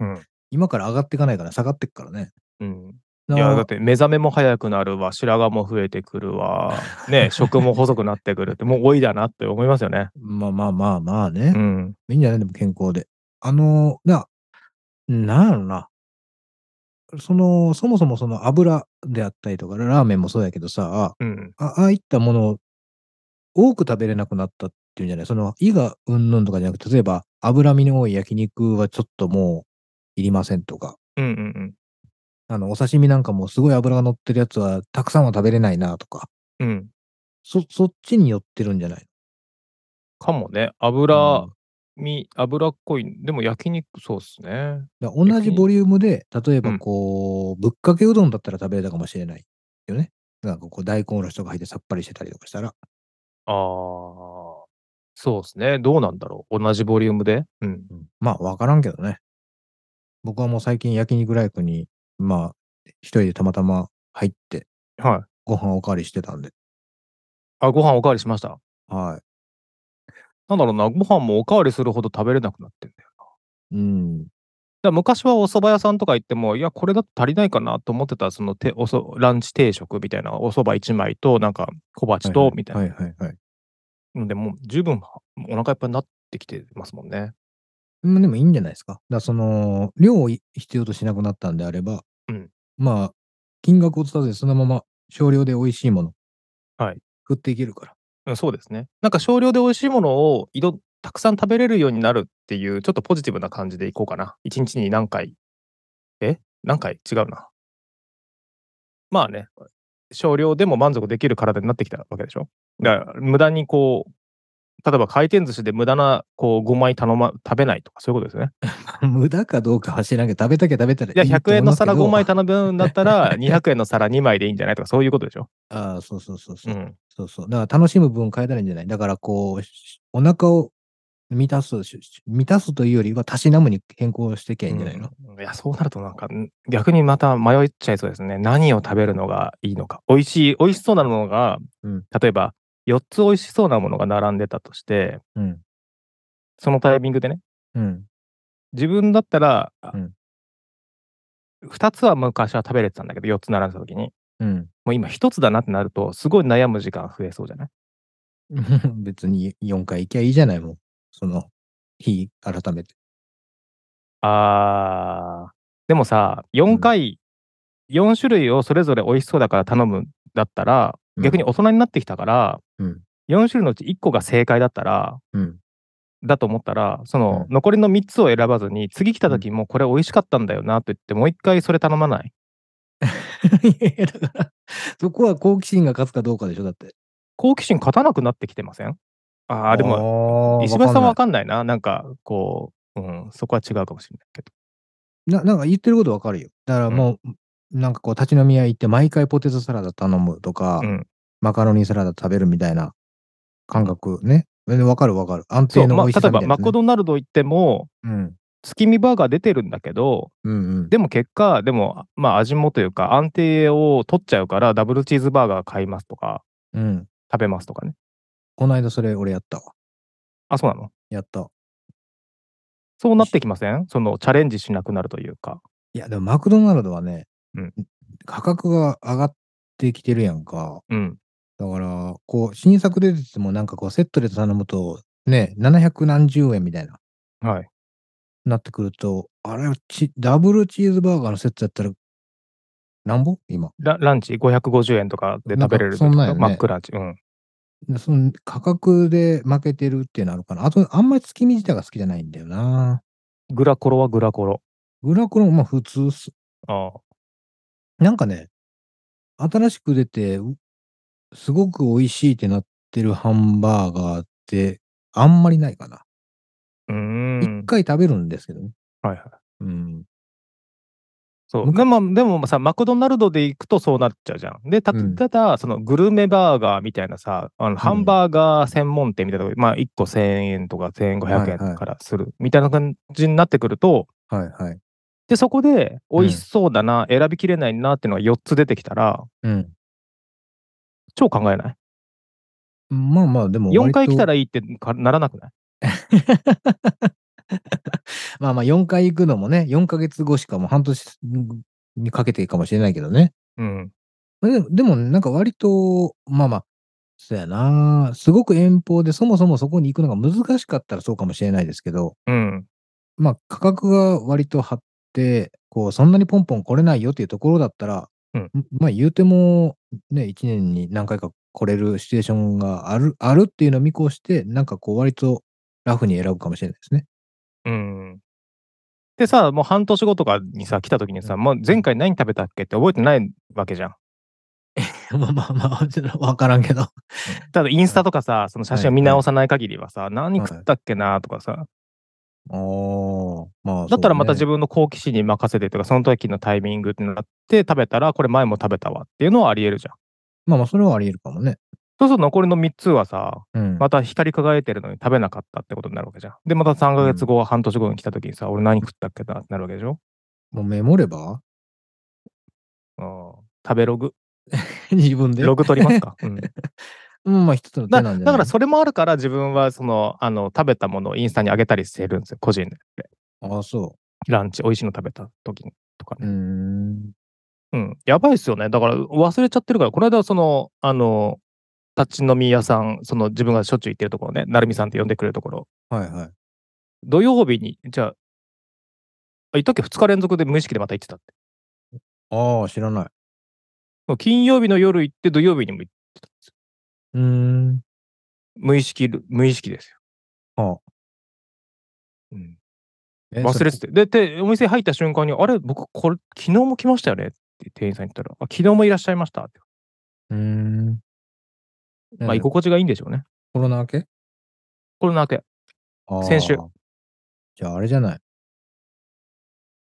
Speaker 2: うん
Speaker 1: 今から上がっていかないから下がっていくからね。
Speaker 2: うん、
Speaker 1: ない
Speaker 2: やだって目覚めも早くなるわ白髪も増えてくるわね食も細くなってくるってもう老いだなって思いますよね。
Speaker 1: まあまあまあまあね。
Speaker 2: うん、
Speaker 1: いいんじゃないでも健康で。あの、な、なんやろな。その、そもそもその油であったりとか、ラーメンもそうやけどさ、
Speaker 2: うん、
Speaker 1: あああいったものを多く食べれなくなったっていうんじゃないその、胃がうんぬんとかじゃなくて、例えば脂身の多い焼肉はちょっともういりませんとか、
Speaker 2: うんうんうん
Speaker 1: あの、お刺身なんかもすごい油が乗ってるやつはたくさんは食べれないなとか、
Speaker 2: うん
Speaker 1: そ、そっちに寄ってるんじゃない
Speaker 2: かもね
Speaker 1: の
Speaker 2: 油身油っこいでも焼肉そうっすね。
Speaker 1: だから同じボリュームで、例え
Speaker 2: う
Speaker 1: ば
Speaker 2: ん
Speaker 1: こう、ぶっかけうどんだったら食べれたかもしれないよね。なんかこう、大根おろしとか入ってさっぱりしてたりとかしたら。
Speaker 2: あーそうっすねどうなんだろう同じボリュームで。うん、
Speaker 1: うんまあ、わからんけどね。僕はもう最近焼肉ライクに、まあ、一人でたまたま入って、
Speaker 2: はい。
Speaker 1: ご飯おかわりしてたんで。
Speaker 2: あご飯おかわりしました。
Speaker 1: は
Speaker 2: なんだろうなご飯もおかわりするほど食べれなくなってんだよ
Speaker 1: い。うん。
Speaker 2: だから昔はお蕎麦屋さんとか行っても、いや、これだと足りないかなと思ってた、そのておそランチ定食みたいな、お蕎麦1枚と、なんか小鉢と、みたい
Speaker 1: は
Speaker 2: ない
Speaker 1: はいはい。
Speaker 2: ので、もう十分お腹いっぱいになってきてますもんね。
Speaker 1: まあでもいいんじゃないですか。だからその、量をい必要としなくなったんであれば、
Speaker 2: うん
Speaker 1: まあ、金額を伝わずそのまま少量で美味しいもの、
Speaker 2: はい。
Speaker 1: 食っていけるから。
Speaker 2: うんそうですね。なんか少量で美味しいものをいろたくさん食べれるようになるっていう、ちょっとポジティブな感じでいこうかな。一日に何回。え何回違うな。まあね、少量でも満足できる体になってきたわけでしょ。だから、無駄にこう、例えば回転寿司で無駄なこう5枚頼、ま、食べないとか、そういうことですよね。
Speaker 1: 無駄かどうかは知らんけど、食べたきゃ食べたらい
Speaker 2: じゃあ
Speaker 1: いと
Speaker 2: 100
Speaker 1: 思い
Speaker 2: 円
Speaker 1: ま
Speaker 2: の
Speaker 1: すけど
Speaker 2: 皿5枚。頼むんだったら、200円の皿2枚でいいんじゃないとか、そういうことでしょ。
Speaker 1: ああ、そうそうそうそうう、
Speaker 2: ん。
Speaker 1: そうそう。だから楽しむ分変えたらいいんじゃないだからこう、しお腹を満たす、しし満たすというよりは、たしなむに変更してけばいいんじゃないの、
Speaker 2: うんいやそうなるとなんかん逆にまた迷っちゃいそうですね何を食べるのがいいのか美味しい美味しそうなものが、
Speaker 1: うん
Speaker 2: 例えば4つ美味しそうなものが並んでたとして
Speaker 1: うん。
Speaker 2: そのタイミングでね
Speaker 1: うん。
Speaker 2: 自分だったら、
Speaker 1: うん
Speaker 2: 2つは昔は食べれてたんだけど4つ並んでた時に
Speaker 1: うん。
Speaker 2: もう今1つだなってなるとすごい悩む時間増えそうじゃない
Speaker 1: 別に4回行きゃいいじゃないもん。その日、改めて。
Speaker 2: あーでもさ4回、4種類をそれぞれ美味しそうだから頼むんだったら
Speaker 1: うん
Speaker 2: 逆に大人になってきたから、
Speaker 1: うん
Speaker 2: 4種類のうち1個が正解だったら
Speaker 1: うん。
Speaker 2: だと思ったらその
Speaker 1: うん
Speaker 2: 残りの3つを選ばずに次来た時もこれ美味しかったんだよなと言ってもう1回それ頼まない
Speaker 1: いやいや、だから、そこは好奇心が勝つかどうかでしょ、だって。
Speaker 2: 好奇心勝たなくなってきてませんああ、でも、
Speaker 1: も
Speaker 2: 石橋さんはわかんないな。なんか、こう、うん、そこは違うかもしれないけど。
Speaker 1: ななんか言ってることわかるよ。だからもう、なんかこう、立ち飲み屋行って毎回ポテトサラダ頼むとか、
Speaker 2: うん
Speaker 1: マカロニサラダ食べるみたいな感覚ね。でわかるわかる。安
Speaker 2: そ
Speaker 1: 定
Speaker 2: う、
Speaker 1: の
Speaker 2: まあ、
Speaker 1: 美味
Speaker 2: 例
Speaker 1: しさ
Speaker 2: え
Speaker 1: みた
Speaker 2: ば
Speaker 1: いな、ね
Speaker 2: マクドナルド行っても、
Speaker 1: うん。
Speaker 2: 月見バーガー出てるんだけど、
Speaker 1: うんうん。
Speaker 2: でも結果、でも、まあ、味もというか、安定を取っちゃうから、ダブルチーズバーガー買いますとか、
Speaker 1: うん。
Speaker 2: 食べますとかね。
Speaker 1: この間それ俺やったわ。
Speaker 2: あ、そうなの
Speaker 1: やった。
Speaker 2: そうなってきませんその、チャレンジしなくなるというか。
Speaker 1: いや、でもマクドナルドはね、
Speaker 2: うん
Speaker 1: 価格が上がってきてるやんか。
Speaker 2: うん。
Speaker 1: だから、こう、新作出ててもなんかこう、セットで頼むと、ね、700何十円みたいな、
Speaker 2: はい。
Speaker 1: なってくると、あれち、ダブルチーズバーガーのセットやったら、なんぼ今。
Speaker 2: ラランチ550円とかで食べれる
Speaker 1: なんかそんなんよね
Speaker 2: マックランチ。うん。
Speaker 1: でその価格で負けてるっていうのあるかな。あと、あんまり月見自体が好きじゃないんだよな。
Speaker 2: グラコロはグラコロ。
Speaker 1: グラコロもまあ普通っす。
Speaker 2: ああ。
Speaker 1: なんかね、新しく出て、うすごく美味しいってなってるハンバーガーって、あんまりないかな。
Speaker 2: うー
Speaker 1: 一、
Speaker 2: ん。
Speaker 1: 回食べるんですけどね。
Speaker 2: はいはい。
Speaker 1: うん。
Speaker 2: そう。
Speaker 1: 昔
Speaker 2: でも、でもさ、マクドナルドで行くとそうなっちゃうじゃん。で、た
Speaker 1: うん
Speaker 2: ただ、そのグルメバーガーみたいなさ、あのハンバーガー専門店みたいなとこ、まあ、1個1000円とか1500
Speaker 1: はいは
Speaker 2: 円
Speaker 1: い
Speaker 2: からするみたいな感じになってくると、
Speaker 1: はいはい。
Speaker 2: で、そこで、美味しそうだな、選びきれないなっていうのが4つ出てきたら、
Speaker 1: うん。
Speaker 2: 超考えない
Speaker 1: まあまあ、でも
Speaker 2: ?4 回来た
Speaker 1: ら。
Speaker 2: らいいってかならなくない
Speaker 1: まあまあ、4回行くのもね、4ヶ月後しかもう半年にかけてかもしれないけどね。
Speaker 2: うん。
Speaker 1: まあでも、でもなんか割と、まあまあ、そうやな。すごく遠方で、そもそもそこに行くのが難しかったらそうかもしれないですけど、
Speaker 2: うん。
Speaker 1: まあ、価格が割と張って、こう、そんなにポンポン来れないよっていうところだったら、
Speaker 2: うん
Speaker 1: まあ、言うても、ね、1年に何回か来れるシチュエーションがある、あるっていうのを見越して、なんかこう、割とラフに選ぶかもしれないですね。
Speaker 2: うん。でさ、もう半年後とかにさ、来た時にさ、もう前回何食べたっけって覚えてないわけじゃん。
Speaker 1: まあまあま あ、ちょっとわからんけど。
Speaker 2: ただインスタとかさ、その写真を見直さない限りはさ、何食ったっけなとかさ、
Speaker 1: おー、まあ、
Speaker 2: だったらまた自
Speaker 1: 分。
Speaker 2: 分の好奇心に任せてとか、その時のタイミングってなって食べたら、これ前も食べたわっていうのはあり得るじゃん。
Speaker 1: まあまあ、それはあり得るかもね。
Speaker 2: そうすると残りの3つはさ、
Speaker 1: うん。
Speaker 2: また光り輝いてるのに食べなかったってことになるわけじゃん。で、また3ヶ月後、半年後に来た時にさ、俺何食ったっけなってなるわけでしょ、
Speaker 1: もうメモれば
Speaker 2: うん、食べログ。
Speaker 1: 自分で。
Speaker 2: ログ取ります か、うん、
Speaker 1: うん、まあ、一つの手
Speaker 2: だ
Speaker 1: なんじゃない
Speaker 2: だからそれもあるから自分はそのあの食べたものをインスタに上げたりしてるんですよ個人で
Speaker 1: ああ、そ
Speaker 2: ランチ美味しいの食べた時にとかね
Speaker 1: う。うーん。
Speaker 2: うん、やばいっすよね。だから忘れちゃってるから、この間、その、あの、立ち飲み屋さん、その自分がしょっちゅう行ってるところね、成美さんって呼んでくれるところ、
Speaker 1: はいはい。
Speaker 2: 土曜日に、じゃあ、あ、行ったっけ ?2 日連続で無意識でまた行ってたって。
Speaker 1: ああ、知らない。
Speaker 2: もう金曜日の夜行って、土曜日にも行って
Speaker 1: うーん。
Speaker 2: 無意識、無意識ですよ。
Speaker 1: は
Speaker 2: うん、
Speaker 1: え
Speaker 2: 忘れてて。で、でお店入った瞬間に、あれ、僕、これ、昨日も来ましたよねって店員さんに言ったら、あ昨日もいらっしゃいましたって。
Speaker 1: うーん。
Speaker 2: まあ、居
Speaker 1: こ
Speaker 2: 心地がいいんでしょうね。
Speaker 1: コロナ明け
Speaker 2: コロナ明け。先週。
Speaker 1: あーじゃああれじゃない。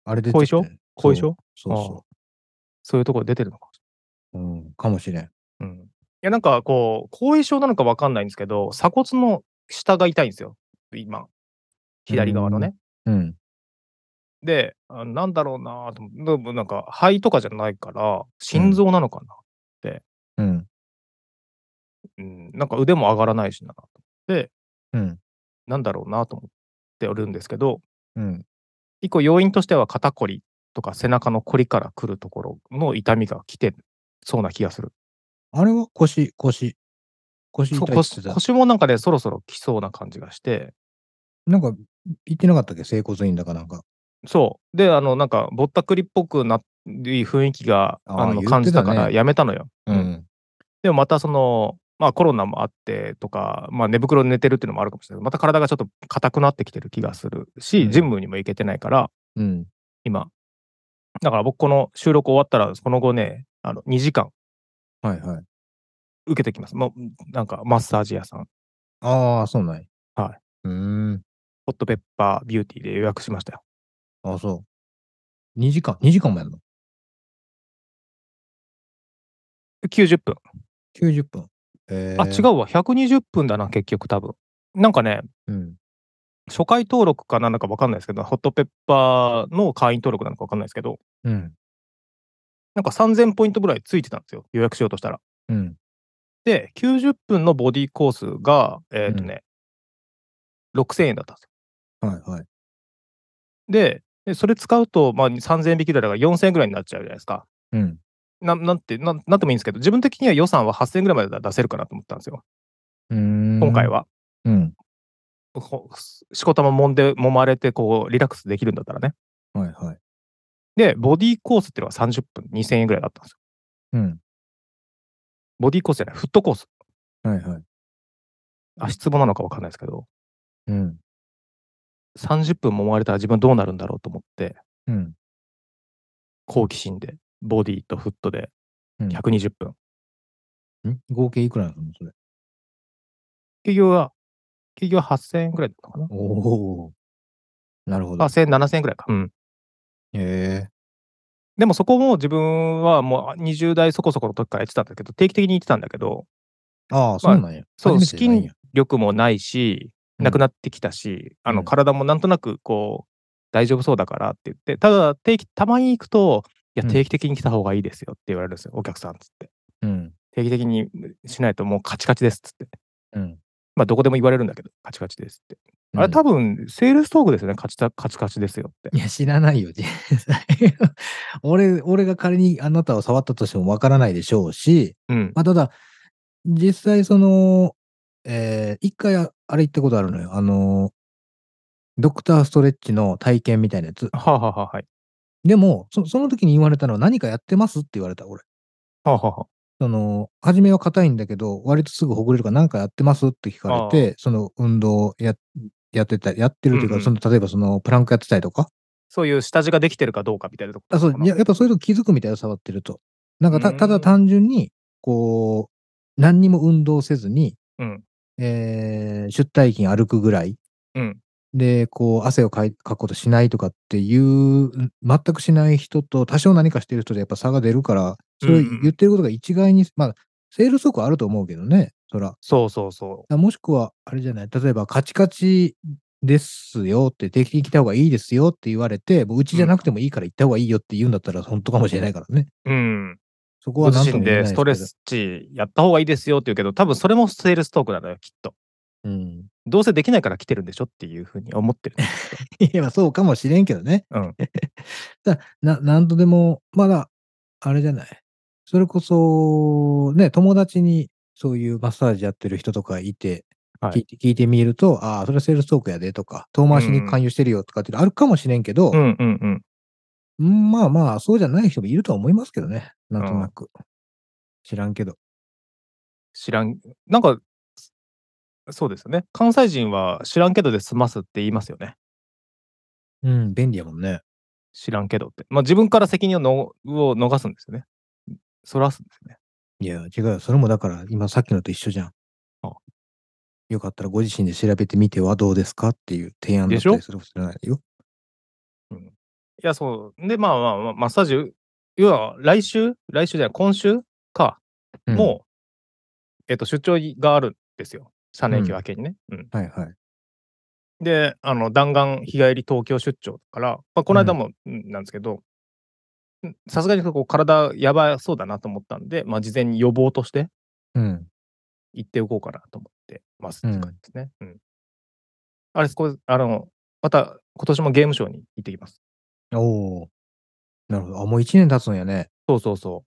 Speaker 1: あれ出て
Speaker 2: 後遺症後遺
Speaker 1: そう
Speaker 2: 症
Speaker 1: そうそ
Speaker 2: そういうところ出てるのかもし
Speaker 1: う。うん。かもしれん。
Speaker 2: れない。うん。いや、なんかこう、後遺症なのかわかんないんですけど、鎖骨の下が痛いんですよ。今。左側のね。
Speaker 1: うん。
Speaker 2: で、あなんだろうなと思ってでも、なんか肺とかじゃないから、心臓なのかな。
Speaker 1: うん。
Speaker 2: うん、なんか腕も上がらないしな。で、
Speaker 1: うん。
Speaker 2: なんだろうなと思っておるんですけど、
Speaker 1: うん。
Speaker 2: 一個要因としては肩こりとか背中のこりから来るところの痛みが来てそうな気がする。
Speaker 1: あれは腰、腰。腰痛
Speaker 2: そ
Speaker 1: いうって言って
Speaker 2: 腰
Speaker 1: た。
Speaker 2: 腰もなんかね、そろそろ来そうな感じがして、
Speaker 1: なんか、言ってなかったっけ整骨院だかなんか。
Speaker 2: そう。で、あの、なんか、ぼったくりっぽくなり雰囲気が
Speaker 1: あー
Speaker 2: あ
Speaker 1: 言っ
Speaker 2: の
Speaker 1: てたね
Speaker 2: 感じたから、やめたのよ。
Speaker 1: う
Speaker 2: うん
Speaker 1: ん。
Speaker 2: でも、またその、まあ、コロナもあってとか、まあ、寝袋で寝てるっていうのもあるかもしれないけどまた体がちょっと硬くなってきてる気がするし、
Speaker 1: うん
Speaker 2: ジムにも行けてないから、
Speaker 1: うん。
Speaker 2: 今。だから僕、この収録終わったら、この後ね、あの2時間
Speaker 1: はいはい。
Speaker 2: 受けてきます。もうなんかマッサージ屋さん、
Speaker 1: ああ、そうなんや。
Speaker 2: は
Speaker 1: うーん。
Speaker 2: ホットペッパービューティーで予約しましたよ。
Speaker 1: ああ、そう。2時間、2時間もやるの
Speaker 2: 90分。
Speaker 1: ?90 分。え
Speaker 2: あ、違うわ。120分だな、結局多分。なんかね、
Speaker 1: う。うん。
Speaker 2: 初回登録かなんだか分かんないですけど、ホットペッパーの会員登録なのか分かんないですけど、
Speaker 1: うん。
Speaker 2: なんか3000ポイントぐらいついてたんですよ。予約しようとしたら。
Speaker 1: うん。
Speaker 2: で、90分のボディコースが、えっ、とね、6000円だったんですよ。
Speaker 1: はいはい。
Speaker 2: で、でそれ使うと、まあ、3000円引きだから4000円ぐらいになっちゃうじゃないですか。
Speaker 1: うん。
Speaker 2: ななんてなん、なんてもいいんですけど、自分的には予算は8000円ぐらいまでだ出せるかなと思ったんですよ。
Speaker 1: うーん
Speaker 2: 今回。は。
Speaker 1: うん。
Speaker 2: こうしこたま揉んで、揉まれて、こう、リラックスできるんだったらね。
Speaker 1: はいはい。
Speaker 2: で、ボディーコースっていうのが30分、2000円ぐらいだったんですよ。
Speaker 1: うん。
Speaker 2: ボディーコースじゃない、フットコース。
Speaker 1: はいはい。
Speaker 2: 足つぼなのか分かんないですけど、
Speaker 1: うん。
Speaker 2: 30分揉まれたら自分どうなるんだろうと思って、
Speaker 1: うん。
Speaker 2: 好奇心で、ボディとフットで
Speaker 1: うん
Speaker 2: 120分。
Speaker 1: ん合計いくらなのそれ。
Speaker 2: 企業は、企業は8000円ぐらいだったかな。
Speaker 1: おお。なるほど。
Speaker 2: 8000円、7000円ぐらいか。うん。
Speaker 1: へえ。
Speaker 2: でもそこも自分はもう20代そこそこの時からやってたんだけど、定期的に行ってたんだけど、
Speaker 1: ああ、そうなんや。
Speaker 2: そう、
Speaker 1: 初
Speaker 2: 資
Speaker 1: めてなん
Speaker 2: 金
Speaker 1: や
Speaker 2: 力もないし、
Speaker 1: うん
Speaker 2: なくなってきたし、あ
Speaker 1: う
Speaker 2: の
Speaker 1: ん
Speaker 2: 体もなんとなくこう、大丈夫そうだからって言って、ただ定期、たまに行くと、いや、
Speaker 1: うん
Speaker 2: 定期的に来た方がいいですよって言われるんですよ、お客さんっつって。
Speaker 1: うん。
Speaker 2: 定期的にしないともうカチカチですっつって。
Speaker 1: うん。
Speaker 2: まあ、どこでも言われるんだけど、カチカチですって。あ
Speaker 1: う
Speaker 2: れ、
Speaker 1: ん
Speaker 2: 多分、セールストークですよね、カチタカチカチですよって。
Speaker 1: いや、知らないよ、実際。 俺、俺が仮にあなたを触ったとしてもわからないでしょうし、
Speaker 2: うん。
Speaker 1: まあ、ただ、実際、その、えー一回あ、あれ行ったことあるのよ。あの、ドクターストレッチの体験みたいなやつ。
Speaker 2: はあ、はあはあはい。
Speaker 1: でも、そその時に言われたのは何かやってますって言われた、俺。
Speaker 2: はあ、はあは
Speaker 1: その、初めは硬いんだけど、割とすぐほぐれるから何かやってますって聞かれて、その運動をややってた、やってるというか、
Speaker 2: うんうん
Speaker 1: その、例えばその、プランクやってたりとか、
Speaker 2: そういう下地ができてるかどうかみたいなとこ
Speaker 1: あそう
Speaker 2: かない
Speaker 1: ややっぱそういうとこ気づくみたいな触ってると。なんか
Speaker 2: う
Speaker 1: た
Speaker 2: ん
Speaker 1: ただ単純に、こう、何にも運動せずに、
Speaker 2: うん
Speaker 1: えー出退勤歩くぐらい、
Speaker 2: うん
Speaker 1: で、こう、汗をかいかくことしないとかっていう、全くしない人と、多少何かしてる人でやっぱ差が出るから、それを
Speaker 2: うんうん
Speaker 1: 言ってることが一概に、まあ、セールストークはあると思うけどね、そら。
Speaker 2: そうそうそ
Speaker 1: あもしくは、あれじゃない、例えば、カチカチですよって、定期的に来た方がいいですよって言われて、もううちじゃなくてもいいから行った方がいいよって言うんだったら、本当かもしれないからね。
Speaker 2: う。うん。
Speaker 1: そこ
Speaker 2: ご
Speaker 1: は何
Speaker 2: 自
Speaker 1: と
Speaker 2: 身
Speaker 1: も言え
Speaker 2: で
Speaker 1: ない
Speaker 2: ストレ
Speaker 1: です
Speaker 2: ス値やった方がいいですよって言うけど、多分それもセールストークなのよ、きっと。
Speaker 1: けど。うん。
Speaker 2: どうせできないから来てるんでしょっていうふうに思ってる。
Speaker 1: いや、まあそうかもしれんけどね。
Speaker 2: うん
Speaker 1: だな、なんとでも、まだ、あれじゃない。それこそ、ね、友達にそういうマッサージやってる人とかいて、
Speaker 2: はい
Speaker 1: 聞いて聞いてみると、ああ、それはセールストークやでとか、遠回しに勧誘してるよとかっていうのあるかもしれんけど、
Speaker 2: うんうんうん。
Speaker 1: うんまあまあ、そうじゃない人もいるとは思いますけどね。なんとなく。知らんけど。
Speaker 2: 知らん。なんか、そうですよね。関西人は知らんけどで済ますって言いますよね。
Speaker 1: うん、便利やもんね。
Speaker 2: 知らんけどって。まあ自分から責任をのを逃すんですよね。そらすんですよね。
Speaker 1: いや、違うよ。それもだから、今さっきのと一緒じゃん。
Speaker 2: あ
Speaker 1: よかったらご自身で調べてみてはどうですかっていう提案だったり
Speaker 2: でしょ
Speaker 1: するかもしれないよ。
Speaker 2: いや、そう。で、まあまあまあ、マッサージ、要は来週来週じゃない、今週か。
Speaker 1: うん
Speaker 2: もう、えっと、出張があるんですよ。3連休
Speaker 1: うん
Speaker 2: 明けにね。うん
Speaker 1: はいはい。
Speaker 2: で、あの、弾丸日帰り東京出張だから、まあ、この間もうんなんですけど、うんさすがにこう体やばそうだなと思ったんで、まあ、事前に予防として
Speaker 1: うん。
Speaker 2: 行っておこうかなと思ってます
Speaker 1: う
Speaker 2: っ
Speaker 1: ん
Speaker 2: て感じですね。うんあれ、そこ、あの、また今年もゲームショーに行ってきます。
Speaker 1: おお。なるほど。あ、もう一年経つんやね。
Speaker 2: そうそうそう。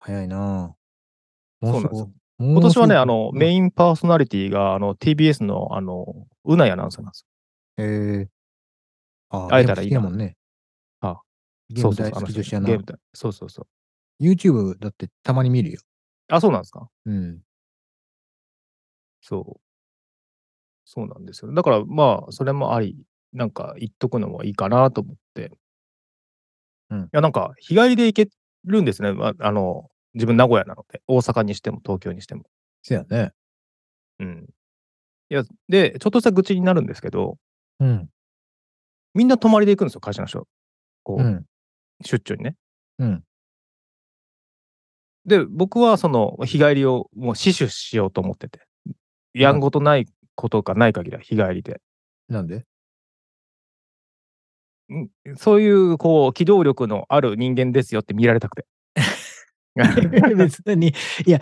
Speaker 1: 早いなあ
Speaker 2: そ
Speaker 1: もう
Speaker 2: うな
Speaker 1: んす
Speaker 2: です
Speaker 1: ぐ
Speaker 2: よ。
Speaker 1: 今
Speaker 2: 今年はね、あの、メ
Speaker 1: ン。
Speaker 2: インパーソナリティが、あの、TBS の、あの、うないアナウンサーなんですよ。
Speaker 1: えー、あ
Speaker 2: 会えたらいい
Speaker 1: ゲー
Speaker 2: な
Speaker 1: ム好きやもんね。
Speaker 2: あ
Speaker 1: ゲーム
Speaker 2: そうそう
Speaker 1: 大
Speaker 2: そう
Speaker 1: 好
Speaker 2: あの
Speaker 1: き
Speaker 2: 人
Speaker 1: 女子やな
Speaker 2: ゲー。ムだそうそうそう。
Speaker 1: YouTube だってたまに見るよ。
Speaker 2: あ、そうなんですか
Speaker 1: うん。
Speaker 2: そう。そうなんですよ。だからまあ、それもあり、なんか言っとくのもいいかなと思って。
Speaker 1: うん
Speaker 2: いや、なんか日帰りで行けるんですね。まあ、あの、自分名古屋なので、大阪にしても東京にしても。
Speaker 1: せやね。
Speaker 2: うん。いや、で、ちょっとした愚痴になるんですけど、
Speaker 1: うん。
Speaker 2: みんな泊まりで行くんですよ、会社の人。こ
Speaker 1: う
Speaker 2: う、
Speaker 1: ん。
Speaker 2: 出張にね。
Speaker 1: うん。
Speaker 2: で、僕はその日帰りをもう死守しようと思ってて、やんごとないことがない限りは日帰りで。
Speaker 1: なんで
Speaker 2: うんそういう、こう、機動力のある人間ですよって見られたく て。
Speaker 1: 別に、いや、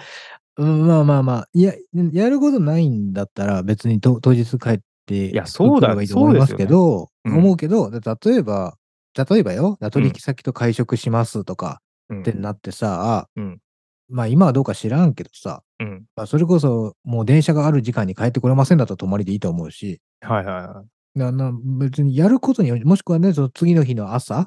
Speaker 1: うんまあまあまあ、いや、やることないんだったら、別にと当日帰って、
Speaker 2: いやそうだ
Speaker 1: がいいと思いますけど、
Speaker 2: そうですよねうん
Speaker 1: 思うけど、だ例えば、例えばよ、取引先と会食しますとか
Speaker 2: うん
Speaker 1: ってなってさ、
Speaker 2: うん
Speaker 1: まあ今はどうか知らんけどさ、
Speaker 2: うん。
Speaker 1: まあ、それこそもう電車がある時間に帰ってこれませんだったら泊まりでいいと思うし、
Speaker 2: はいはいは
Speaker 1: なな別にやることにより、もしくはね、その次の日の朝、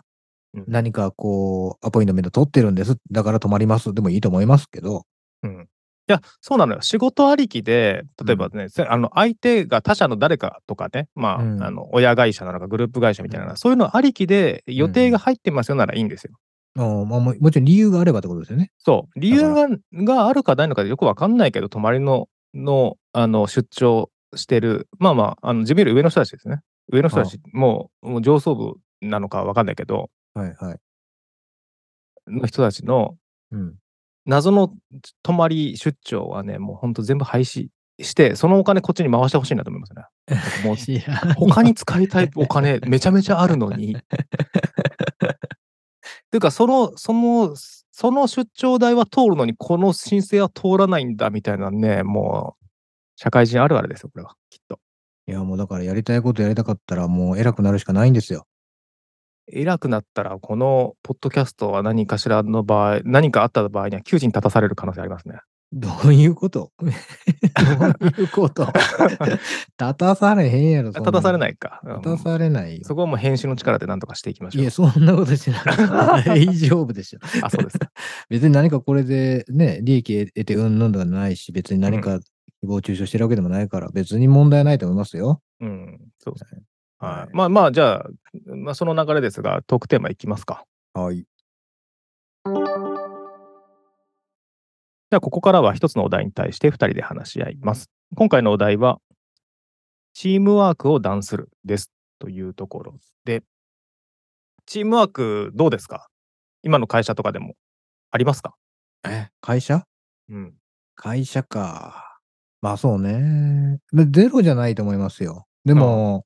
Speaker 2: い。うん
Speaker 1: 何かこう、アポイントメント取ってるんです、だから泊まりますでもいいと思いますけど、
Speaker 2: うんいや、そうなのよ。仕事ありきで、例えばね、せあの相手が他社の誰かとかね、まあ、
Speaker 1: うん
Speaker 2: あの親会社なのかグループ会社みたいな、
Speaker 1: うん
Speaker 2: そういうのありきで予定が入ってますよならいいんですよ。
Speaker 1: うんまあ、ももちろん理由があればってことですよね。
Speaker 2: そう。理由ががあるかないのかでよくわかんないけど、泊まりののあの出張してる、まあまあ、あの自分より上の人たちですね。上の人たち、もうもう上層部なのかわかんないけど、
Speaker 1: はいはい。
Speaker 2: の人たちの
Speaker 1: うん。
Speaker 2: 謎の泊まり出張はね、もう本当全部廃止して、そのお金こっちに回してほしいなと思いますね。もう他に使いたいお金めちゃめちゃあるのに。ていうかそのそのその出張代は通るのにこの申請は通らないんだみたいなねもう社会人あるあるですよこれはきっと。
Speaker 1: いや、もうだからやりたいことやりたかったら、もう偉くなるしかないんですよ。
Speaker 2: 偉くなったらこのポッドキャストは何かしらの場合何かあった場合には窮地に立たされる可能性ありますね。
Speaker 1: どういうこと どういうこと立たされへんやろ、
Speaker 2: 立たされ
Speaker 1: い。
Speaker 2: ないか。うん
Speaker 1: 立たされないよ。
Speaker 2: そこはもう編集の力で何とかしていきましょ
Speaker 1: いうや、。そんなことしてなくて大丈夫でしょ。
Speaker 2: あそうですか。
Speaker 1: 別に何かこれでね、利益得てうんぬんではないし、別に何か誹謗中傷してるわけでもないから、別に問題ないと思いますよ。
Speaker 2: うん、そうです
Speaker 1: は
Speaker 2: ね。
Speaker 1: い
Speaker 2: は
Speaker 1: はい
Speaker 2: い、まあまあ、じゃあ、まあ、その流れですが、トークテーマいきますか。
Speaker 1: はい。
Speaker 2: じゃあ、ここからは一つのお題に対して2人で話し合います。今回のお題は、チームワークを断するですというところで、チームワークどうですか今の会社とかでもありますか
Speaker 1: え、会社
Speaker 2: うん。
Speaker 1: 会社か。まあそうね。まゼロじゃないと思いますよ。でも、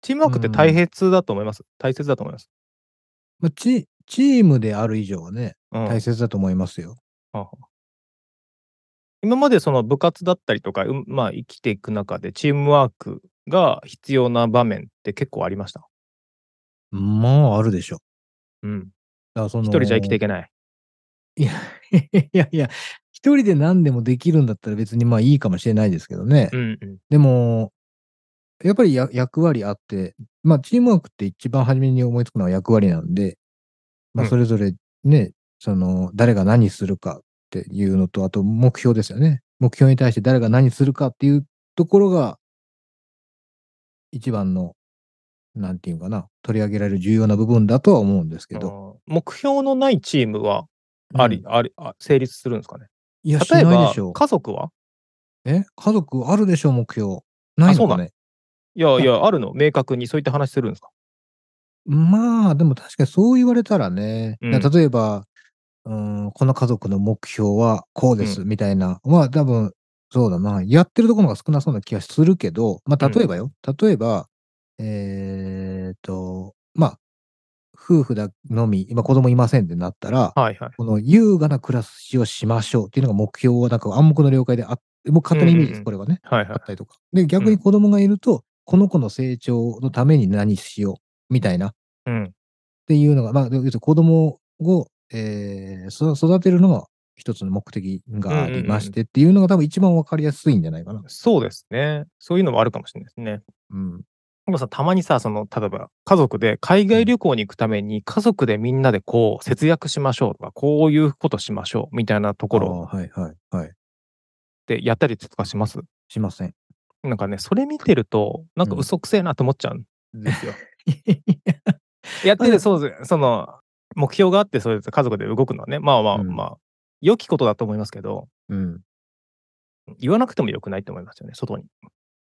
Speaker 2: チームワークって大切だと思います。大切だと思います。
Speaker 1: まあ、チチームである以上はね、
Speaker 2: うん
Speaker 1: 大切だと思いますよ。
Speaker 2: 今までその部活だったりとか、うんまあ、生きていく中でチームワークが必要な場面って結構ありました。
Speaker 1: まああるでしょ。
Speaker 2: うん。
Speaker 1: だからその
Speaker 2: 一人じゃ生きていけない。
Speaker 1: いやいや、一人で何でもできるんだったら別にまあいいかもしれないですけどね。
Speaker 2: うんうん。
Speaker 1: でも、やっぱりや役割あって、まあチームワークって一番初めに思いつくのは役割なんで、まあ
Speaker 2: うん
Speaker 1: それぞれね、その誰が何するかっていうのと、あと目標ですよね。目標に対して誰が何するかっていうところが、一番の、なんていうかな、取り上げられる重要な部分だとは思うんですけど。
Speaker 2: うん目標のないチームはあり、
Speaker 1: うん
Speaker 2: ありあ成立するんですかね。
Speaker 1: いや、し
Speaker 2: 例え
Speaker 1: ない
Speaker 2: ば
Speaker 1: でしょう。
Speaker 2: 家族は
Speaker 1: え家族あるでしょう、目標。ないの
Speaker 2: あそうな
Speaker 1: か
Speaker 2: の
Speaker 1: ね
Speaker 2: いやいや、あるの明確にそういった話するんですか
Speaker 1: まあ、でも確かにそう言われたらね、
Speaker 2: うん
Speaker 1: だから例えば、うん、この家族の目標はこうですみたいな、まあ多分、そうだな、やってるところの方が少なそうな気がするけど、まあ
Speaker 2: うん
Speaker 1: 例えばよ、例えば、えーっと、まあ、夫婦だのみ、今子供いませんってなったら、
Speaker 2: はいはい。
Speaker 1: この優雅な暮らしをしましょうっていうのが目標は、なんか暗黙の了解であって、僕勝手なイメージで
Speaker 2: うん
Speaker 1: す、
Speaker 2: うんうん
Speaker 1: これはね。
Speaker 2: はいは
Speaker 1: あ
Speaker 2: い
Speaker 1: っ。たりとか。で、逆に子供がいると、この子の成長のために何しよう、みたいな、っ
Speaker 2: うん。
Speaker 1: ていうのが、まあ、要するに子供を、えーそ育てるのが一つの目的がありましてっていうのが多分一番わかりやすいんじゃないかな。
Speaker 2: そうですね。そういうのもあるかもしれないですね。
Speaker 1: うん。
Speaker 2: なんかさ、たまにさ、その、例えば家族で海外旅行に行くために家族でみんなでこう節約しましょうとか、こういうことしましょうみたいなところ
Speaker 1: あーはいはいはい。
Speaker 2: でやったりとかします。
Speaker 1: しま せん。
Speaker 2: なんかね、それ見てると、なん か嘘くせえなって思っちゃうんですよ。やって
Speaker 1: あ
Speaker 2: て、そうです。その、目標があって、それで家族で動くのはね、まあまあ
Speaker 1: うん
Speaker 2: まあ、良きことだと思いますけど、
Speaker 1: うん。
Speaker 2: 言わなくても良くないと思いますよね、外に。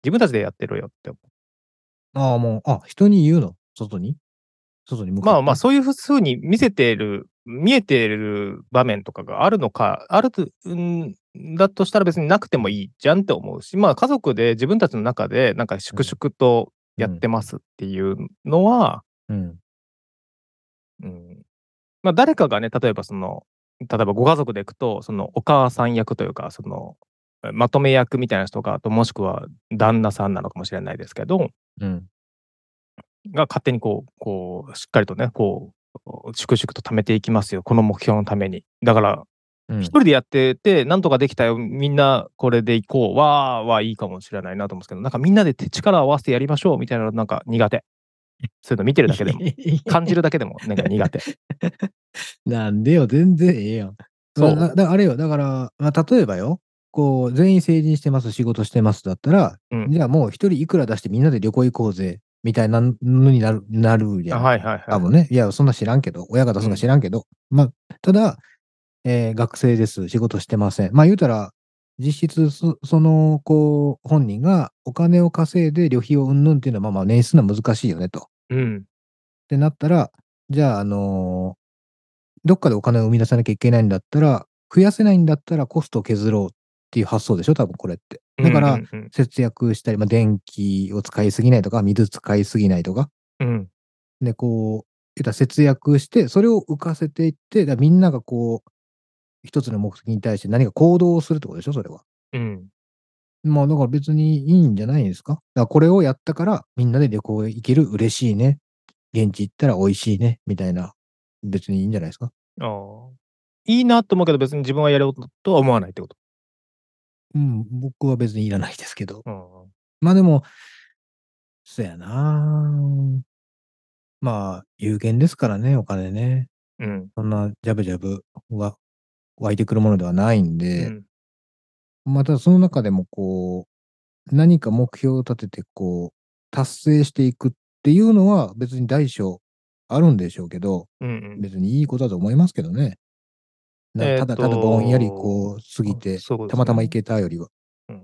Speaker 2: 自分たちでやってろよって思う。
Speaker 1: ああ、もう、あ、人に言うの外に外に向かっ
Speaker 2: ま
Speaker 1: て
Speaker 2: あまあ、そういうふうに見せてる、見えてる場面とかがあるのか、あると、うん、だとしたら別になくてもいいじゃんって思うし、まあ家族で自分たちの中でなんか粛々とやってますっていうのは、
Speaker 1: うん。
Speaker 2: うんまあ誰かがね、例えばその、例えばご家族で行くと、そのお母さん役というか、その、まとめ役みたいな人が、あともしくは旦那さんなのかもしれないですけど、
Speaker 1: うん。
Speaker 2: が勝手にこう、こう、しっかりとね、こう、粛々と貯めていきますよ、この目標のために。だから、
Speaker 1: うん。
Speaker 2: 一人でやってて、なんとかできたよ、みんなこれで行こう、わーはいいかもしれないなと思うんですけど、なんかみんなで手力を合わせてやりましょうみたいなの、なんか苦手。そういうの見てるだけで も、感じるだけでも、なんか苦手。
Speaker 1: なんでよ、全然ええやん。
Speaker 2: そう
Speaker 1: まあ、だあれよ、だから、まあ、例えばよ、こう、全員成人してます、仕事してますだったら、
Speaker 2: うん
Speaker 1: じゃあもう一人いくら出してみんなで旅行行こうぜ、みたいなのになる、なるや
Speaker 2: あ
Speaker 1: ん。
Speaker 2: はいはい
Speaker 1: 多
Speaker 2: はい。
Speaker 1: 分ね、いや、そんな知らんけど、親が出すのか知らんけど、まあ、ただ、えー学生です、仕事してません。まあ、言うたら、実質そ、その、こう、本人がお金を稼いで旅費をうんぬんっていうのは、まあまあ、捻出するのは難しいよね、と。っ
Speaker 2: うん。
Speaker 1: てなったら、じゃあ、あのーどっかでお金を生み出さなきゃいけないんだったら、増やせないんだったらコストを削ろうっていう発想でしょ、多分これって。だから、
Speaker 2: うんうん
Speaker 1: 節約したり、まあ、電気を使いすぎないとか、水使いすぎないとか、
Speaker 2: うん、うん
Speaker 1: で、こう、言ったら節約して、それを浮かせていって、だからみんながこう、一つの目的に対して何か行動をするってことでしょ、それは。
Speaker 2: うん。
Speaker 1: まあ、だから別にいいんじゃないですか。だからこれをやったから、みんなで旅行へ行ける、嬉しいね。現地行ったら美味しいね、みたいな。別にいいんじゃないですか。
Speaker 2: ああ。いいなと思うけど、別に自分はやろうとは思わないってこと。
Speaker 1: うん、僕は別にいらないですけど。
Speaker 2: うん
Speaker 1: まあでも、そやなあまあ、有限ですからね、お金ね。
Speaker 2: うん。
Speaker 1: そんな、ジャブジャブは湧いてくるものではないん
Speaker 2: う
Speaker 1: で、
Speaker 2: ん。
Speaker 1: またその中でもこう、何か目標を立ててこう、達成していくっていうのは別に大小あるんでしょうけど、
Speaker 2: うんうん。
Speaker 1: 別にいいことだと思いますけどね。な
Speaker 2: えー
Speaker 1: た
Speaker 2: と
Speaker 1: だただぼんやりこう過ぎて、
Speaker 2: そういうことですね
Speaker 1: たまたま行けたよりは。
Speaker 2: うん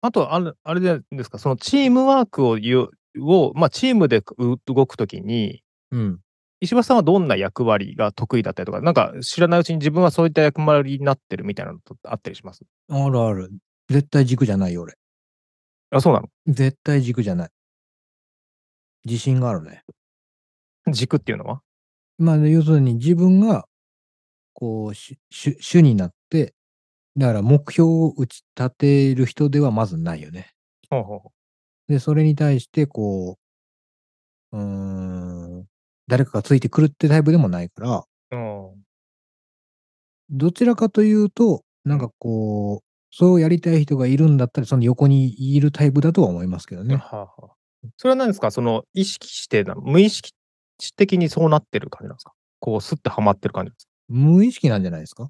Speaker 2: あと、あれあれじゃないですか、そのチームワークを言う、をまあ、チームでう動くときに、
Speaker 1: うん。
Speaker 2: 石破さんはどんな役割が得意だったりとか、なんか知らないうちに自分はそういった役割になってるみたいなのとあったりします
Speaker 1: あるある。絶対軸じゃないよ、俺。
Speaker 2: あ、そうなの
Speaker 1: 絶対軸じゃない。自信があるね。
Speaker 2: 軸っていうのは
Speaker 1: まあ、要するに自分が、こう、主主主になって、だから目標を打ち立てる人ではまずないよね。
Speaker 2: ほうほうほ
Speaker 1: で、それに対して、こう、うーん、誰かがついてくるってタイプでもないから、
Speaker 2: ううん
Speaker 1: どちらかというと、なんかこう、そうやりたい人がいるんだったら、その横にいるタイプだとは思いますけどね。
Speaker 2: はあはあそれは何ですかその意識してなの無意識的にそうなってる感じなんですかこう、スッてはまってる感じなんですか
Speaker 1: 無意識なんじゃないですか、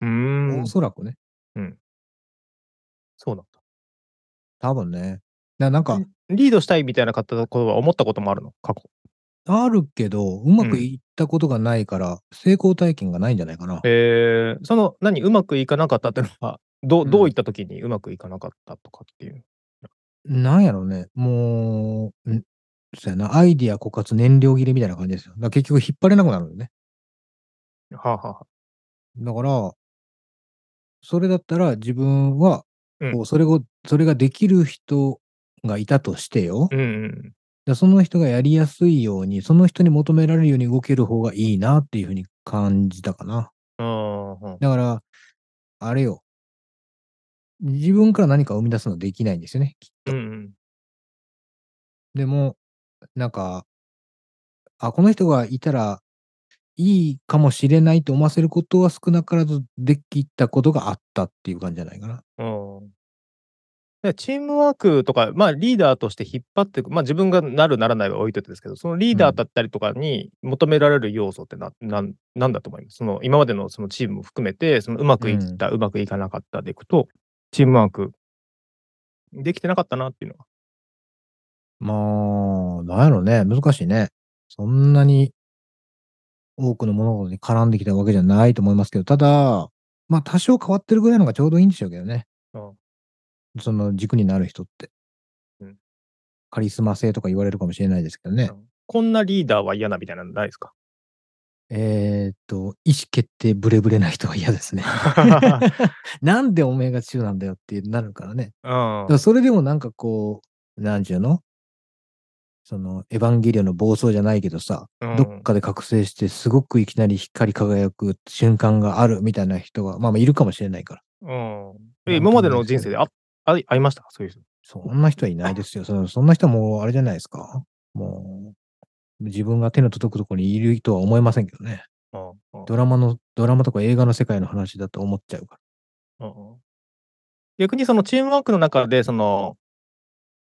Speaker 2: うーん
Speaker 1: お。そらくね。
Speaker 2: そうなんだ。
Speaker 1: 多分ね。だなんか、
Speaker 2: リードしたいみたいな方ことは思ったこともあるの過去。
Speaker 1: あるけど、うま
Speaker 2: う
Speaker 1: く
Speaker 2: ん
Speaker 1: いったことがないから、成功体験がないんじゃないかな。
Speaker 2: えー、その何うまくいかなかったっていうのはど
Speaker 1: う
Speaker 2: うんどういった時にうまくいかなかったとかっていう。
Speaker 1: なんやろね。もう、んそうやな、アイディア枯渇燃料切れみたいな感じですよ。だから結局引っ張れなくなるよね。
Speaker 2: はあ、はあはあ、
Speaker 1: だから、それだったら自分は、
Speaker 2: うん
Speaker 1: こうそれを、それができる人がいたとしてよ。
Speaker 2: うんうん
Speaker 1: でその人がやりやすいように、その人に求められるように動ける方がいいなっていうふうに感じたかな。
Speaker 2: うん。うんうん
Speaker 1: だから、あれよ。自分から何か生み出すのはできないんですよね。
Speaker 2: うんうん
Speaker 1: でも、なんか、あ、この人がいたらいいかもしれないと思わせることは少なからずできたことがあったっていう感じじゃないかな。
Speaker 2: うんでチームワークとか、まあ、リーダーとして引っ張っていく、まあ、自分がなるならないは置いといてですけど、そのリーダーだったりとかに求められる要素ってななんなんだと思いますその今までのそのチームも含めて、そのうまくいった、うまくいかなかったでいくと、チームワークできてなかったなっていうのは。
Speaker 1: まあ、なんやろね。難しいね。そんなに多くの物事に絡んできたわけじゃないと思いますけど、ただ、まあ多少変わってるぐらいのがちょうどいいんでしょうけどね。
Speaker 2: うん
Speaker 1: その軸になる人って。
Speaker 2: うん
Speaker 1: カリスマ性とか言われるかもしれないですけどね。
Speaker 2: こんなリーダーは嫌なみたいなのないです か
Speaker 1: えーっと、意思決定ブレブレな人は嫌です ね。なんでおめえが中なんだよってなるからね。
Speaker 2: うん
Speaker 1: だからそれでもなんかこう、なんちゅうのその、エヴァンゲリオンの暴走じゃないけどさ、
Speaker 2: うん
Speaker 1: どっかで覚醒して、すごくいきなり光り輝く瞬間があるみたいな人が、まあまあいるかもしれないから。
Speaker 2: うんえ今までの人生でああ会いましたそういう人。
Speaker 1: そんな人はいないですよ。そのそんな人はもうあれじゃないですか。もう、自分が手の届くところにいるとは思いませんけどね。
Speaker 2: うんうん
Speaker 1: ドラマの、ドラマとか映画の世界の話だと思っちゃうか
Speaker 2: うんうん逆にそのチームワークの中でその、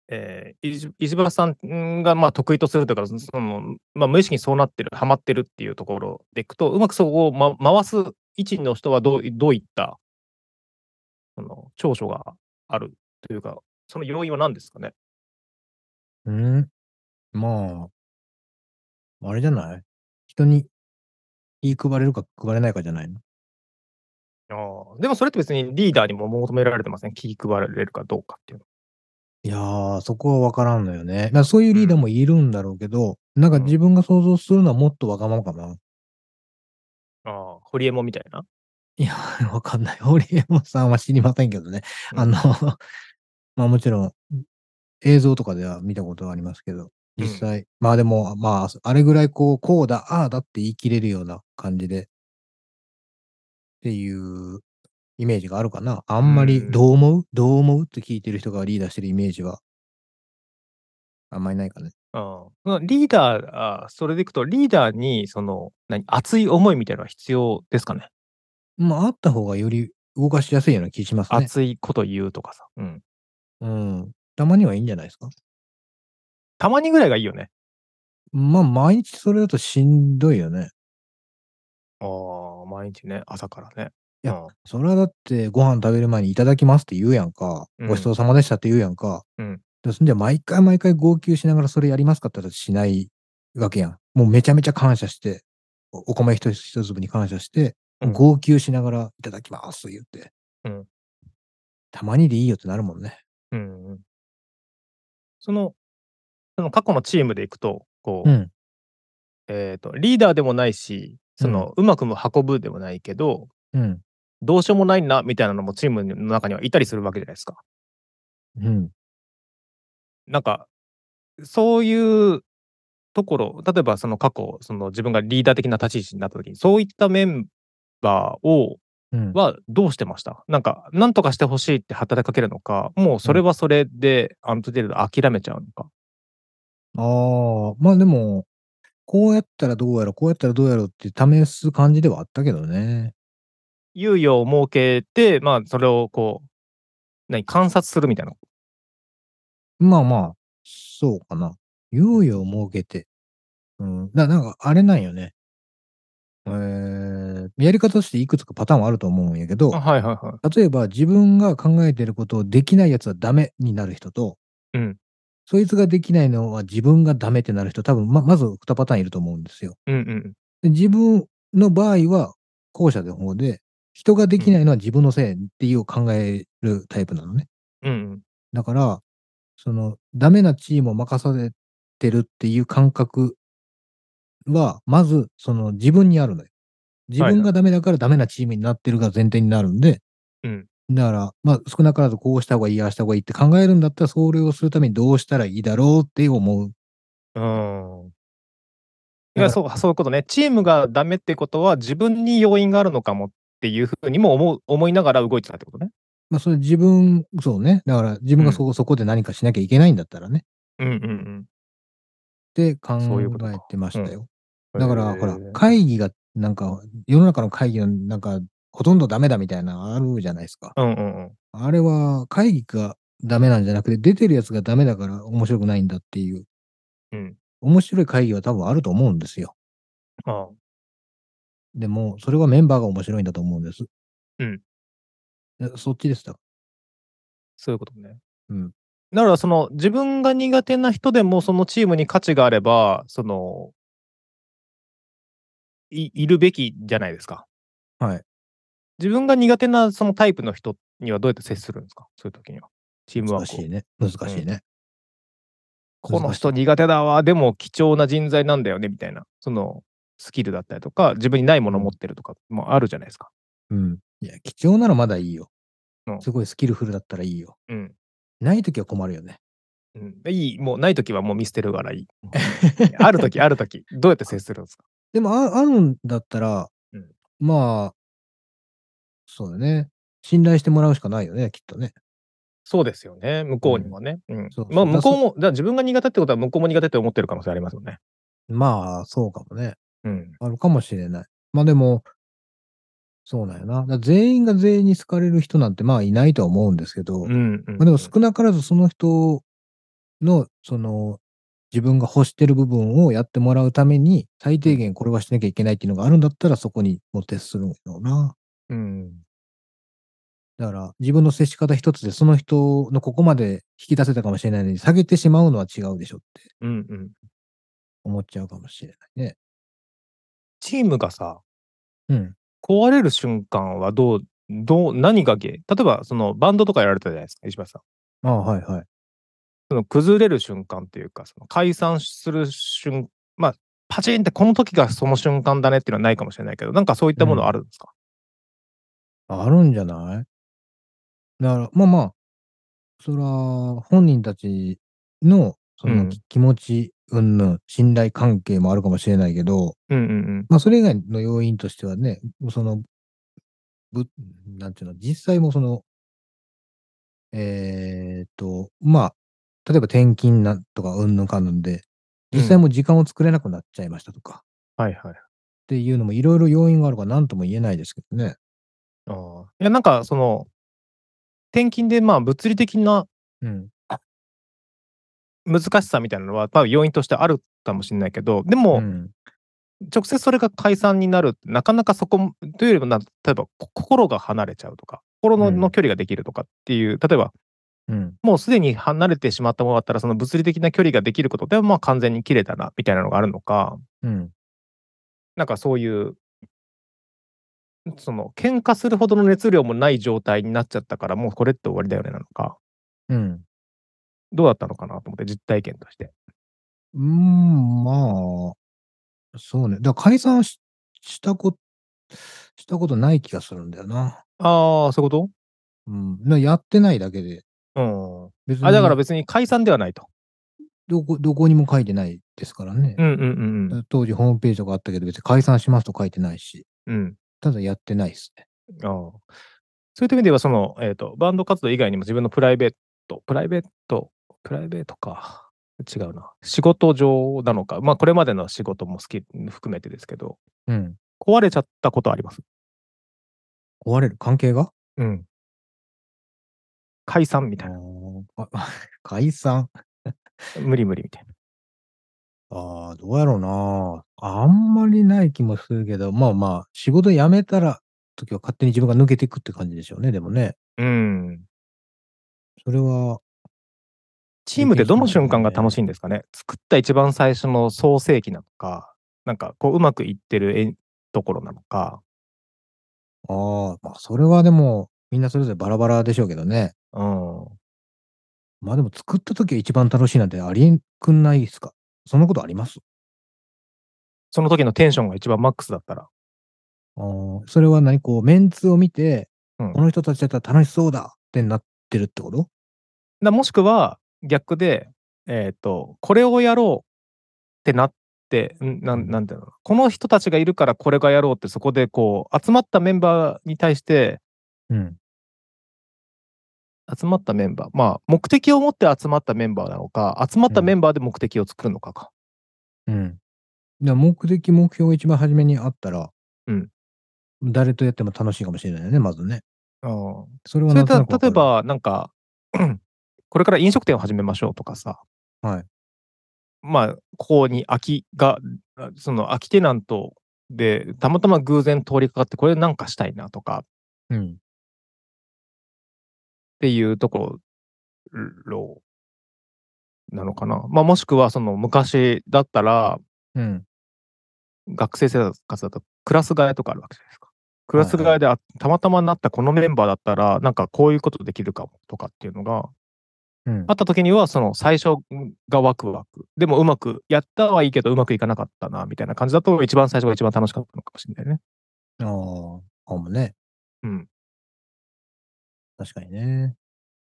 Speaker 2: えー石石原さんがまあ得意とするというかその、まあ、無意識にそうなってるハマってるっていうところでいくとうまくそこを、ま、回す位置の人はどうどういったその長所があるというかその要因は何ですかね
Speaker 1: ら。うんまあ、あれじゃない人に言い配れるか配れないかじゃないの
Speaker 2: あーでもそれって別にリーダーにも求められてません気配られるかどうかっていうの
Speaker 1: いやー、そこはわからんのよね。まあそういうリーダーもいるんだろうけど、なんか自分が想像するのはもっとわがままかな。
Speaker 2: ああホリエモンみたいない
Speaker 1: や、 わかんない。ホリエモンさんは知りませんけどね。
Speaker 2: うん
Speaker 1: あの、 まあもちろん、映像とかでは見たことはありますけど、
Speaker 2: うん
Speaker 1: 実際、まあでも、まあ、あれぐらいこう、こうだ、ああだって言い切れるような感じで、っていうイメージがあるかな。あんま
Speaker 2: う
Speaker 1: り、
Speaker 2: ん
Speaker 1: どう思うどう思うって聞いてる人がリーダーしてるイメージは、あんまりないかね。
Speaker 2: うん、リーダーあー、それでいくと、リーダーに、その、何、熱い思いみたいなのは必要ですかね。
Speaker 1: まあ、あった方がより動かしやすいような気しますね。
Speaker 2: 熱いこと言うとかさ。うん。
Speaker 1: うん。たまにはいいんじゃないですか。
Speaker 2: たまにぐらいがいいよね。
Speaker 1: まあ、毎日それだとしんどいよね。
Speaker 2: ああ、毎日ね、朝からね。
Speaker 1: いやそれはだって、ご飯食べる前にいただきますって言うやんか。
Speaker 2: うん
Speaker 1: ごちそうさまでしたって言うやんか。
Speaker 2: うん
Speaker 1: でそんじゃ、毎回毎回号泣しながらそれやりますかって言ったらしないわけやん。もうめちゃめちゃ感謝して、おお米一つ一粒に感謝して、
Speaker 2: うん
Speaker 1: 号泣しながらいただきますって言って。
Speaker 2: うん
Speaker 1: たまにでいいよってなるもんね。
Speaker 2: うん。うんうん。その、その過去のチームでいくと、こう、
Speaker 1: うん。
Speaker 2: えっ、と、リーダーでもないし、その、うまくも運ぶでもないけど、
Speaker 1: うん。
Speaker 2: どうしようもないな、みたいなのもチームの中にはいたりするわけじゃないですか。
Speaker 1: うん。
Speaker 2: なんか、そういうところ、例えばその過去、その自分がリーダー的な立ち位置になった時に、そういったメンバーを
Speaker 1: うん。
Speaker 2: はどうしてましたなんか、なんとかしてほしいって働きかけるのか、もうそれはそれで、ある程度諦めちゃうのか。
Speaker 1: ああ、まあでも、こうやったらどうやろ、こうやったらどうやろって試す感じではあったけどね。
Speaker 2: 猶予を設けて、まあ、それをこう、何、観察するみたいな。
Speaker 1: まあまあ、そうかな。猶予を設けて。うん。だなんか、あれなんよね。えー、やり方としていくつかパターンはあると思うんやけど、
Speaker 2: あはいはいはい。
Speaker 1: 例えば自分が考えてることをできないやつはダメになる人と、
Speaker 2: うん
Speaker 1: そいつができないのは自分がダメってなる人、多分ま、まず2パターンいると思うんですよ。
Speaker 2: うんうん。
Speaker 1: で自分の場合は後者の方で、人ができないのは自分のせいっていう考えるタイプなのね。
Speaker 2: うんうん。
Speaker 1: だから、その、ダメなチームを任されてるっていう感覚は、まず、その自分にあるのよ。自分がダメだからダメなチームになってるが前提になるんで、
Speaker 2: うん
Speaker 1: だから、まあ、少なからずこうした方がいい、ああした方がいいって考えるんだったら、それをするためにどうしたらいいだろうって思う。
Speaker 2: うん。いやそうそういうことね。チームがダメってことは自分に要因があるのかもっていうふうにも思う思いながら動いてたってことね。
Speaker 1: まあ、それ自分、そうね。だから、自分がそこ、そこで何かしなきゃいけないんだったらね。
Speaker 2: うんうん
Speaker 1: って考
Speaker 2: そういうことか
Speaker 1: えてましたよ。
Speaker 2: うん。
Speaker 1: だから、
Speaker 2: へー
Speaker 1: ほら、会議が、なんか、世の中の会議の、なんか、ほとんどダメだみたいなのあるじゃないですか。
Speaker 2: うんうんうん。
Speaker 1: あれは、会議がダメなんじゃなくて、出てるやつがダメだから面白くないんだっていう、
Speaker 2: うん。
Speaker 1: 面白い会議は多分あると思うんですよ。
Speaker 2: ああ
Speaker 1: でも、それはメンバーが面白いんだと思うんです。
Speaker 2: うん
Speaker 1: で。そっちでした。
Speaker 2: そういうことね。
Speaker 1: うん。
Speaker 2: だから、その、自分が苦手な人でも、そのチームに価値があれば、その、いいるべきじゃないですか。
Speaker 1: はい。
Speaker 2: 自分が苦手なそのタイプの人にはどうやって接するんですかそういう時には。チームワ
Speaker 1: 難
Speaker 2: ーク
Speaker 1: し
Speaker 2: を
Speaker 1: い。ね。難しいね。
Speaker 2: この人苦手だわ、でも貴重な人材なんだよね、みたいな。そのスキルだったりとか、自分にないものを持ってるとかもあるじゃないですか。
Speaker 1: うん。いや、貴重なのまだいいよ
Speaker 2: う。ん
Speaker 1: すごいスキルフルだったらいいよ。
Speaker 2: うん。
Speaker 1: ないときは困るよね。
Speaker 2: うん、いい、もうない時はもう見捨てるから いい。ある時ある時どうやって接するんですか
Speaker 1: でもあ、あるんだったら、
Speaker 2: うん
Speaker 1: まあ、そうだね。信頼してもらうしかないよね、きっとね。
Speaker 2: そうですよね、向こうにもね。うん
Speaker 1: そうそう
Speaker 2: まあ、向こうも、だから自分が苦手ってことは向こうも苦手って思ってる可能性ありますよね。
Speaker 1: まあ、そうかもね。
Speaker 2: うん。
Speaker 1: あるかもしれない。まあでも、そうなんやな。だから全員が全員に好かれる人なんてまあいないとは思うんですけど、
Speaker 2: う
Speaker 1: ま
Speaker 2: ん、うん
Speaker 1: あでも少なからずその人の、その、自分が欲してる部分をやってもらうために、最低限これはしなきゃいけないっていうのがあるんだったら、そこにもう徹するんだろうな。
Speaker 2: うん。
Speaker 1: だから、自分の接し方一つで、その人のここまで引き出せたかもしれないのに、下げてしまうのは違うでしょって
Speaker 2: うん、うん。
Speaker 1: 思っちゃうかもしれないね。
Speaker 2: チームがさ、
Speaker 1: うん。
Speaker 2: 壊れる瞬間はどう、どう、何が原因例えば、そのバンドとかやられたじゃないですか、石橋さん。
Speaker 1: ああ、はいはい。
Speaker 2: その崩れる瞬間っていうか、その解散する瞬まあ、パチンってこの時がその瞬間だねっていうのはないかもしれないけど、なんかそういったものはあるんですか、
Speaker 1: あるんじゃないだから、まあまあ、そら、本人たちの、そうの
Speaker 2: ん
Speaker 1: き気持ち、うんぬん、信頼関係もあるかもしれないけど、
Speaker 2: うん、うんうん
Speaker 1: まあ、それ以外の要因としてはね、その、ぶ、なんていうの、実際もその、えーっと、まあ、例えば転勤なんとか、うんぬんかんぬんで、実際もう時間を作れなくなっちゃいましたとか、
Speaker 2: はいはい。
Speaker 1: っていうのもいろいろ要因があるから何とも言えないですけどね。
Speaker 2: あーいや、なんかその、転勤でまあ物理的な
Speaker 1: うん。
Speaker 2: 難しさみたいなのは多分要因としてあるかもしれないけどで
Speaker 1: う
Speaker 2: も
Speaker 1: ん
Speaker 2: 直接それが解散になるなかなかそこというよりもな例えばこ心が離れちゃうとか心の
Speaker 1: うん
Speaker 2: の距離ができるとかっていう例えば
Speaker 1: うん。
Speaker 2: もうすでに離れてしまったものだったらその物理的な距離ができることではまあ完全に切れたなみたいなのがあるのか
Speaker 1: うん。
Speaker 2: なんかそういうその喧嘩するほどの熱量もない状態になっちゃったからもうこれって終わりだよねなのか
Speaker 1: うん。
Speaker 2: どうだったのかなと思って実体験として。
Speaker 1: うーん、まあ、そうね。だから解散ししたこと、したことない気がするんだよな。
Speaker 2: ああそういうこ
Speaker 1: うん。なやってないだけで。
Speaker 2: とうん。
Speaker 1: 別
Speaker 2: あだから
Speaker 1: に
Speaker 2: 別に解散ではないと。
Speaker 1: どこ、どこにも書いてないですからね
Speaker 2: う。んうんうんうん
Speaker 1: 当時ホームページとかあったけど、別に解散しますと書いてないし、
Speaker 2: うん。
Speaker 1: ただやってないですね。
Speaker 2: ああそういった意味では、その、えっ、と、バンド活動以外にも自分のプライベート、プライベート、プライベートか。違うな。仕事上なのか、まあ、これまでの仕事も好き含めてですけど、
Speaker 1: うん。
Speaker 2: 壊れちゃったことあります。
Speaker 1: 壊れる関係が
Speaker 2: うん。解散みたいな。
Speaker 1: あ ーあ解散
Speaker 2: 無理無理みたいな。
Speaker 1: ああ、どうやろうな。あんまりない気もするけど、まあまあ、仕事辞めたら、時は勝手に自分が抜けていくって感じでしょうね、でもね。
Speaker 2: うん。
Speaker 1: それは、
Speaker 2: チームってどの瞬間が楽しいんですかね作った一番最初の創世期なのか、なんかこううまくいってるえところなのか、
Speaker 1: ああ、まあ、それはでも、みんなそれぞれバラバラでしょうけどね。
Speaker 2: うん。
Speaker 1: まあでも、作った時は一番楽しいなんてありえんくんないですかそんなことあります
Speaker 2: その時のテンションが一番マックスだったら。
Speaker 1: あーそれは何こう、メンツを見て、
Speaker 2: うん
Speaker 1: この人たちだったら楽しそうだってなってるってこと
Speaker 2: だもしくは逆で、えっとこれをやろうってなってんなんなんていうのこの人たちがいるからこれがやろうってそこでこう集まったメンバーに対して
Speaker 1: うん。
Speaker 2: 集まったメンバーまあ目的を持って集まったメンバーなのか集まった
Speaker 1: うん
Speaker 2: メンバーで目的を作るのかか。
Speaker 1: うん。で目的、目標が一番初めにあったら、
Speaker 2: うん
Speaker 1: 誰とやっても楽しいかもしれないよね、まずね。
Speaker 2: うん
Speaker 1: それは
Speaker 2: そ
Speaker 1: な
Speaker 2: れ
Speaker 1: んと
Speaker 2: た
Speaker 1: なくわか
Speaker 2: 例え
Speaker 1: る、
Speaker 2: ばなんか これから飲食店を始めましょうとかさ、
Speaker 1: はい、
Speaker 2: まあここに空きがあその空きテナントでたまたま偶然通りかかってこれなんかしたいなとか
Speaker 1: うん。
Speaker 2: っていうところなのかな、まあ、もしくはその昔だったら
Speaker 1: うん。
Speaker 2: 学生生活だとクラス替えとかあるわけじゃないですか。クラス替えで、あたまたまなったこのメンバーだったら、なんかこういうことできるかもとかっていうのが、
Speaker 1: うん
Speaker 2: あった時には、その最初がワクワク。でもうまく、やったはいいけどうまくいかなかったな、みたいな感じだと、一番最初が一番楽しかったのかもしれないね。
Speaker 1: あーかもね。
Speaker 2: うん。
Speaker 1: 確かにね。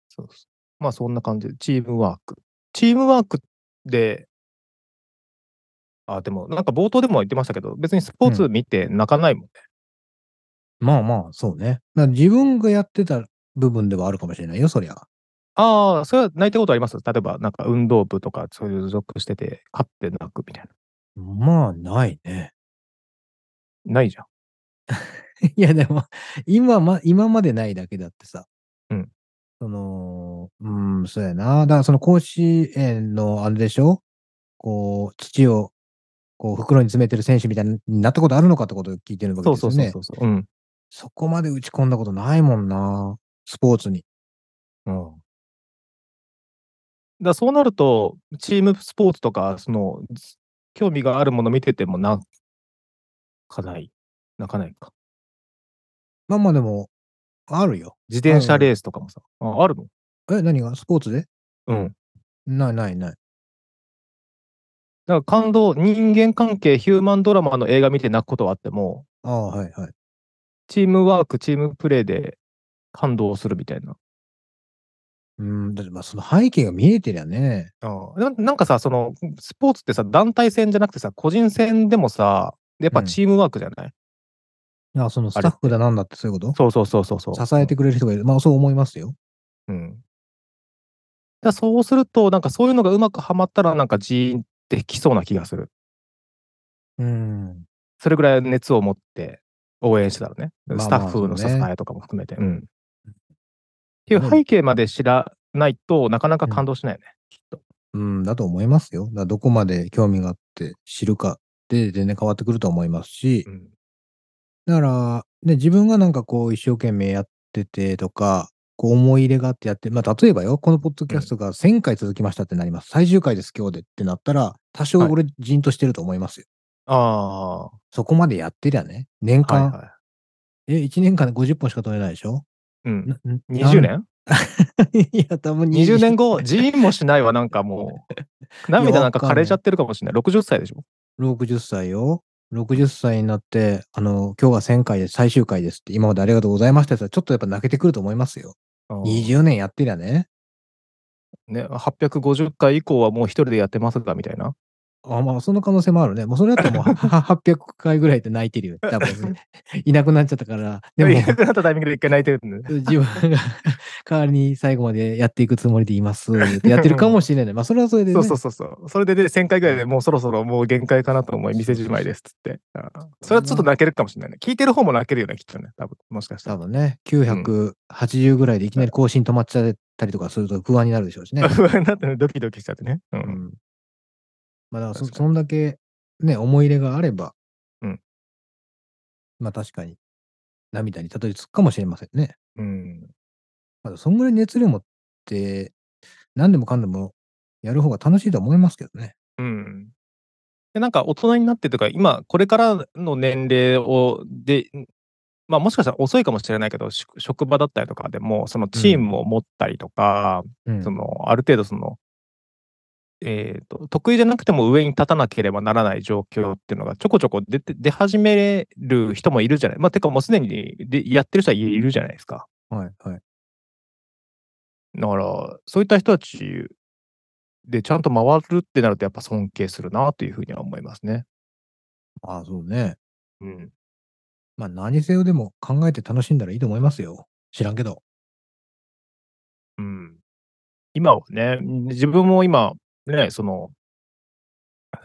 Speaker 2: そうそうまあそんな感じで、チームワーク。チームワークで、あ、でもなんか冒頭でも言ってましたけど、別にスポーツ見て泣かないもんね。
Speaker 1: まあまあ、そうね。だから自分がやってた部分ではあるかもしれないよ、そりゃ。
Speaker 2: ああ、それは泣いたことあります例えばなんか運動部とかそういう属してて、勝って泣くみたいな。
Speaker 1: まあ、ないね。
Speaker 2: ないじゃん。
Speaker 1: いや、でも、今ま、今までないだけだってさ。
Speaker 2: うん。
Speaker 1: その、うん、そうやな。だから、その甲子園のあれでしょこう、土を、こう、袋に詰めてる選手みたいになったことあるのかってことを聞いてるわけ
Speaker 2: そう
Speaker 1: です
Speaker 2: そ
Speaker 1: よ
Speaker 2: う
Speaker 1: ね。
Speaker 2: そうそうそう。うん。
Speaker 1: そこまで打ち込んだことないもんな。スポーツに。
Speaker 2: うんだからそうなると、チームスポーツとか、その、ず興味があるもの見てても泣かない。泣かないか。
Speaker 1: まあまあでも、あるよ。
Speaker 2: 自転車レースとかもさ。あ、あるの
Speaker 1: え、何がスポーツで
Speaker 2: うん。
Speaker 1: ないないない。
Speaker 2: だから感動、人間関係、ヒューマンドラマの映画見て泣くことはあっても、
Speaker 1: ああ、はいはい。
Speaker 2: チームワーク、チームプレーで感動するみたいな。
Speaker 1: うん、だってまあその背景が見えてりゃね。
Speaker 2: ななんかさ、その、スポーツってさ、団体戦じゃなくてさ、個人戦でもさ、やっぱチームワークじゃない、
Speaker 1: あそのスタッフだなんだってそういうこ
Speaker 2: そうそうそうそうそう。
Speaker 1: と支えてくれる人がいる。まあそう思いますよ。
Speaker 2: うん。だからそうすると、なんかそういうのがうまくはまったら、なんかジーンってきそうな気がする。
Speaker 1: うん。
Speaker 2: それぐらい熱を持って応援してたらね。
Speaker 1: まあまあ
Speaker 2: スタッフの支
Speaker 1: そうね
Speaker 2: えとかも含めて。うん。っていう背景まで知らないとなかなか感動しないよね。
Speaker 1: うん、だと思いますよ。だからどこまで興味があって知るかで全然変わってくると思いますし、
Speaker 2: うん
Speaker 1: だから、ね、自分がなんかこう一生懸命やっててとか、こう思い入れがあってやって、まあ例えばよ、このポッドキャストが1000回続きましたってなります。最終回です、今日でってなったら、多少
Speaker 2: はい
Speaker 1: 俺じんとしてると思いますよ。
Speaker 2: あ
Speaker 1: そこまでやってりゃね、年
Speaker 2: あ、はい
Speaker 1: 間、
Speaker 2: は
Speaker 1: え、1年間で50本しか取れないでしょ
Speaker 2: い。うん。
Speaker 1: なな
Speaker 2: 20年
Speaker 1: いや、多分
Speaker 2: ?20 年後、ジーンもしないわ、なんかも う。涙なんか枯れちゃってるかもしれない。60歳でしょ
Speaker 1: 60歳よ。60歳になって、あの、今日が1000回で最終回ですって、今までありがとうございましたって言ったらちょっとやっぱ泣けてくると思いますよ。20年やってりゃね。
Speaker 2: ね、850回以降はもう一人でやってますが、みたいな。
Speaker 1: あまあ、その可能性もあるね。もうそれだったらもう はは800回ぐらいで泣いてるよ。多分、いなくなっちゃったから。でも
Speaker 2: い、 なくなったタイミングで一回泣いてるんで。
Speaker 1: 自分が代わりに最後までやっていくつもりでいます。ってやってるかもしれない。まあ、それはそれで、ね。
Speaker 2: そうそうそうそう。それでで1000回ぐらいでもうそろそろもう限界かなと思い、店じまいですっつって。あーそれはちょっと泣けるかもしれないね。聞いてる方も泣けるよね、きっとね。多分もしかした
Speaker 1: 多
Speaker 2: ら。
Speaker 1: 分ね、980ぐらいでいきなり更新止まっちゃったりとかすると不安になるでしょうしね。
Speaker 2: 不 安になってねドキドキしちゃってね。う。
Speaker 1: うんんまあだからそ
Speaker 2: 確かに
Speaker 1: そんだけね、思い入れがあれば、
Speaker 2: うん
Speaker 1: まあ確かに涙にたどり着くかもしれませんね。
Speaker 2: うん。
Speaker 1: まあ、そんぐらい熱量持って、何でもかんでもやる方が楽しいと思いますけどね。
Speaker 2: うん。で、なんか大人になってとか、今、これからの年齢を、で、まあもしかしたら遅いかもしれないけど、し職場だったりとかでも、そのチームを持ったりとか、
Speaker 1: うん
Speaker 2: その、ある程度その、えー、と得意じゃなくても上に立たなければならない状況っていうのがちょこちょこ出て出始める人もいるじゃない。まあ、てかもうすでにでやってる人はいるじゃないですか。
Speaker 1: はいはい。
Speaker 2: だから、そういった人たちでちゃんと回るってなると、やっぱ尊敬するなというふうには思いますね。
Speaker 1: ああ、そうね。
Speaker 2: うん、
Speaker 1: まあ何せよでも考えて楽しんだらいいと思いますよ。知らんけど。
Speaker 2: うん今はね、自分も今、ね、その、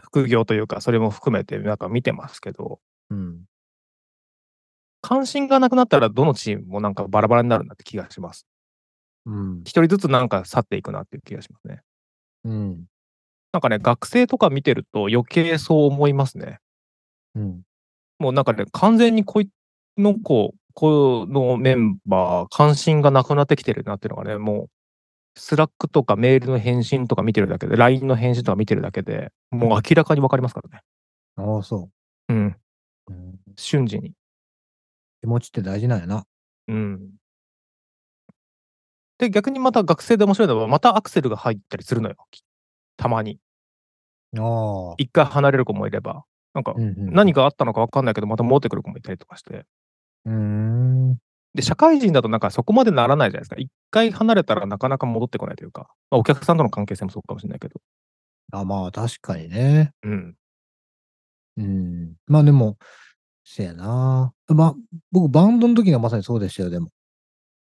Speaker 2: 副業というか、それも含めて、なんか見てますけど、
Speaker 1: うん。
Speaker 2: 関心がなくなったら、どのチームもなんかバラバラになるなって気がします。
Speaker 1: うん。
Speaker 2: 一人ずつなんか去っていくなっていう気がしますね。
Speaker 1: うん。
Speaker 2: なんかね、学生とか見てると、余計そう思いますね。
Speaker 1: うん。
Speaker 2: もうなんかね、完全にこいの子、このメンバー、関心がなくなってきてるなっていうのがね、もう、スラックとかメールの返信とか見てるだけで、LINE の返信とか見てるだけで、もう明らかにわかりますからね。
Speaker 1: ああ、そう。
Speaker 2: うん。
Speaker 1: うん
Speaker 2: 瞬時に。
Speaker 1: 気持ちって大事なんやな。
Speaker 2: うん。で、逆にまた学生で面白いのは、またアクセルが入ったりするのよ。きたまに。
Speaker 1: ああ。
Speaker 2: 一回離れる子もいれば、なんか、何かあったのか分かんないけど、また戻ってくる子もいたりとかして。
Speaker 1: うーん。
Speaker 2: で、社会人だとなんかそこまでならないじゃないですか。一回離れたらなかなか戻ってこないというか、まあ、お客さんとの関係性もそうかもしれないけど。
Speaker 1: あまあ、確かにね。
Speaker 2: うん。
Speaker 1: うん。まあでも、せやな。まあ、僕、バンドの時がまさにそうでしたよ、でも。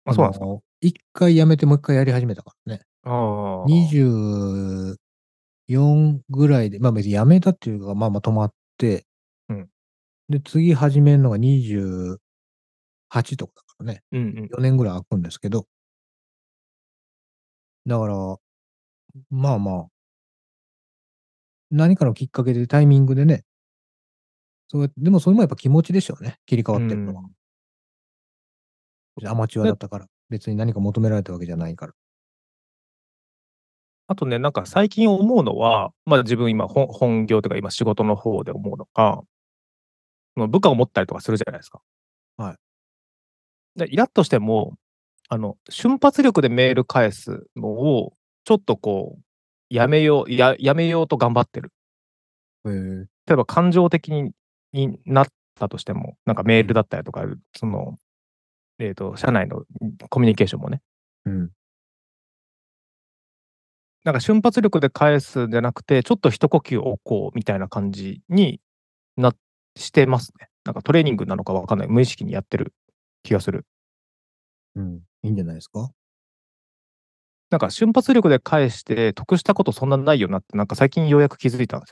Speaker 2: あ、そうなんですか。
Speaker 1: か一回やめてもう一回やり始めたからね。
Speaker 2: ああ。
Speaker 1: 24ぐらいで、まあ別にやめたっていうか、まあまあ止まって、
Speaker 2: うん
Speaker 1: で、次始めるのが28とかだからね。
Speaker 2: うんうん。
Speaker 1: 4年ぐらい空くんですけど。だから、まあまあ、何かのきっかけでタイミングでね、そうやでもそれもやっぱ気持ちでしょうね。切り替わってるのは。アマチュアだったから。別に何か求められたわけじゃないから。
Speaker 2: あとね、なんか最近思うのは、まあ自分今本本業というか今仕事の方で思うのが、その部下を持ったりとかするじゃないですか。。
Speaker 1: はい
Speaker 2: でイラッとしても、あの、瞬発力でメール返すのを、ちょっとこう、やめようや、やめようと頑張ってる。
Speaker 1: へえ。
Speaker 2: 例えば感情的にになったとしても、なんかメールだったりとか、その、えっ、と、社内のコミュニケーションもね、
Speaker 1: うん。
Speaker 2: なんか瞬発力で返すんじゃなくて、ちょっと一呼吸置こうみたいな感じになしてますね。なんかトレーニングなのかわかんない。無意識にやってる気がする。
Speaker 1: うん。いいんじゃないです か
Speaker 2: なんか瞬発力で返して得したことそんなないよなって、なんか最近ようやく気づいたんです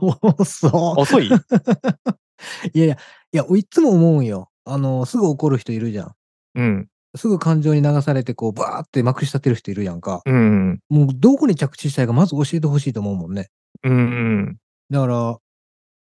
Speaker 2: よ。
Speaker 1: 遅
Speaker 2: 遅い
Speaker 1: いやいや、いや、いつも思うんよ。あの、すぐ怒る人いるじゃん。
Speaker 2: うん。
Speaker 1: すぐ感情に流されて、こう、バーってまくし立てる人いるやんか。
Speaker 2: うん。
Speaker 1: もう、どこに着地したいか、まず教えてほしいと思うもんね。
Speaker 2: うんうん。
Speaker 1: だから、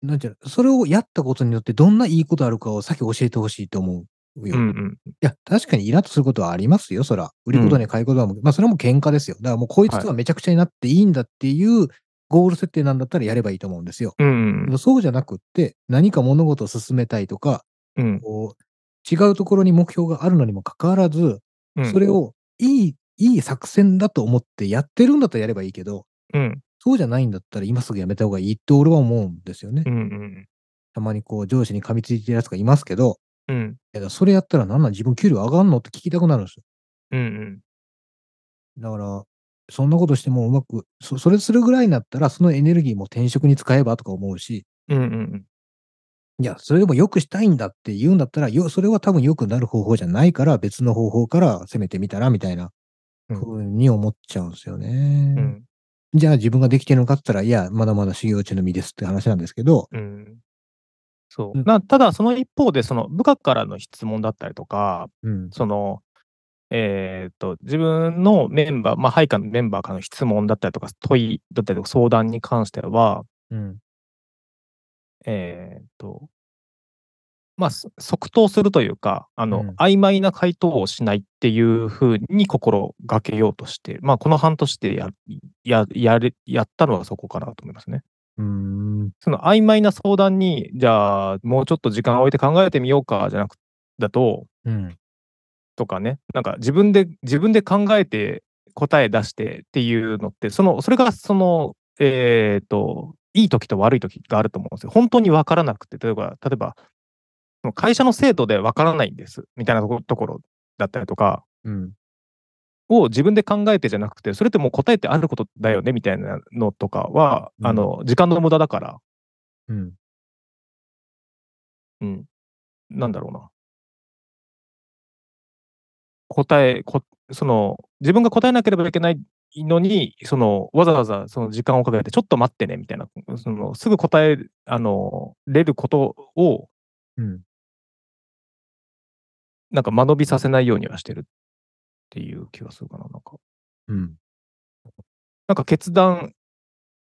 Speaker 1: なんちゃう、それをやったことによって、どんないいことあるかを先教えてほしいと思うよ。
Speaker 2: うんう
Speaker 1: い
Speaker 2: ん。
Speaker 1: や、確かにイラッとすることはありますよ、そら。売りことに買いことはもう、まあ、それはもう喧嘩ですよ。だからもう、こいつとはめちゃくちゃになっていいんだっていう、ゴール設定なんだったらやればいいと思うんですよ。
Speaker 2: うん
Speaker 1: でもそうじゃなくって、何か物事を進めたいとか、
Speaker 2: うん。
Speaker 1: こう違うところに目標があるのにもかかわらず、
Speaker 2: うん。
Speaker 1: それをいい、いい作戦だと思ってやってるんだったらやればいいけど、
Speaker 2: うん。
Speaker 1: そうじゃないんだったら今すぐやめた方がいいって俺は思うんですよね
Speaker 2: う。んうん。
Speaker 1: たまにこう上司に噛みついてるやつがいますけど、
Speaker 2: うん。
Speaker 1: いやそれやったらなんなん自分給料上がんのって聞きたくなるんですよ。
Speaker 2: うんうん。
Speaker 1: だから、そんなことしてもうまく、そそれするぐらいになったらそのエネルギーも転職に使えばとか思うし、
Speaker 2: うんうん。
Speaker 1: いや、それでも良くしたいんだって言うんだったら、よそれは多分良くなる方法じゃないから、別の方法から攻めてみたら、みたいな
Speaker 2: うん
Speaker 1: ふうに思っちゃうんですよ
Speaker 2: う
Speaker 1: ね。
Speaker 2: ん
Speaker 1: じゃあ自分ができてるのかって言ったら、いや、まだまだ修行中の身ですって話なんですけど、
Speaker 2: うん。そうう。
Speaker 1: ん
Speaker 2: なただ、その一方で、その部下からの質問だったりとか、
Speaker 1: うん。
Speaker 2: その、えーっと、自分のメンバー、まあ、配下のメンバーからの質問だったりとか、問いだったりとか、相談に関しては、
Speaker 1: うん。
Speaker 2: えーっと、まあ、そ即答するというか、あの、
Speaker 1: うん
Speaker 2: 曖昧な回答をしないっていうふうに心がけようとして、まあ、この半年でや、や、やれ、やったのはそこかなと思いますね。
Speaker 1: うーん。
Speaker 2: その曖昧な相談に、じゃあ、もうちょっと時間を置いて考えてみようか、じゃなく、だと、
Speaker 1: うん。
Speaker 2: とかね、なんか自分で、自分で考えて答え出してっていうのって、その、それがその、えっ、と、いい時と悪い時があると思うんですよ。本当に分からなくて、例えば、例えば、その会社の制度で分からないんです、みたいなとこところだったりとか、
Speaker 1: うん。
Speaker 2: を自分で考えてじゃなくて、それってもう答えてあることだよね、みたいなのとかは、
Speaker 1: うん
Speaker 2: あの、時間の無駄だから、
Speaker 1: うん。
Speaker 2: うん、なんだろうな。答えこ、その、自分が答えなければいけないのに、その、わざわざその時間をかけて、ちょっと待ってね、みたいな、その、すぐ答え、あの、れることを、
Speaker 1: うん。
Speaker 2: なんか間延びさせないようにはしてるっていう気がするかな、なんか。
Speaker 1: うん。
Speaker 2: なんか決断、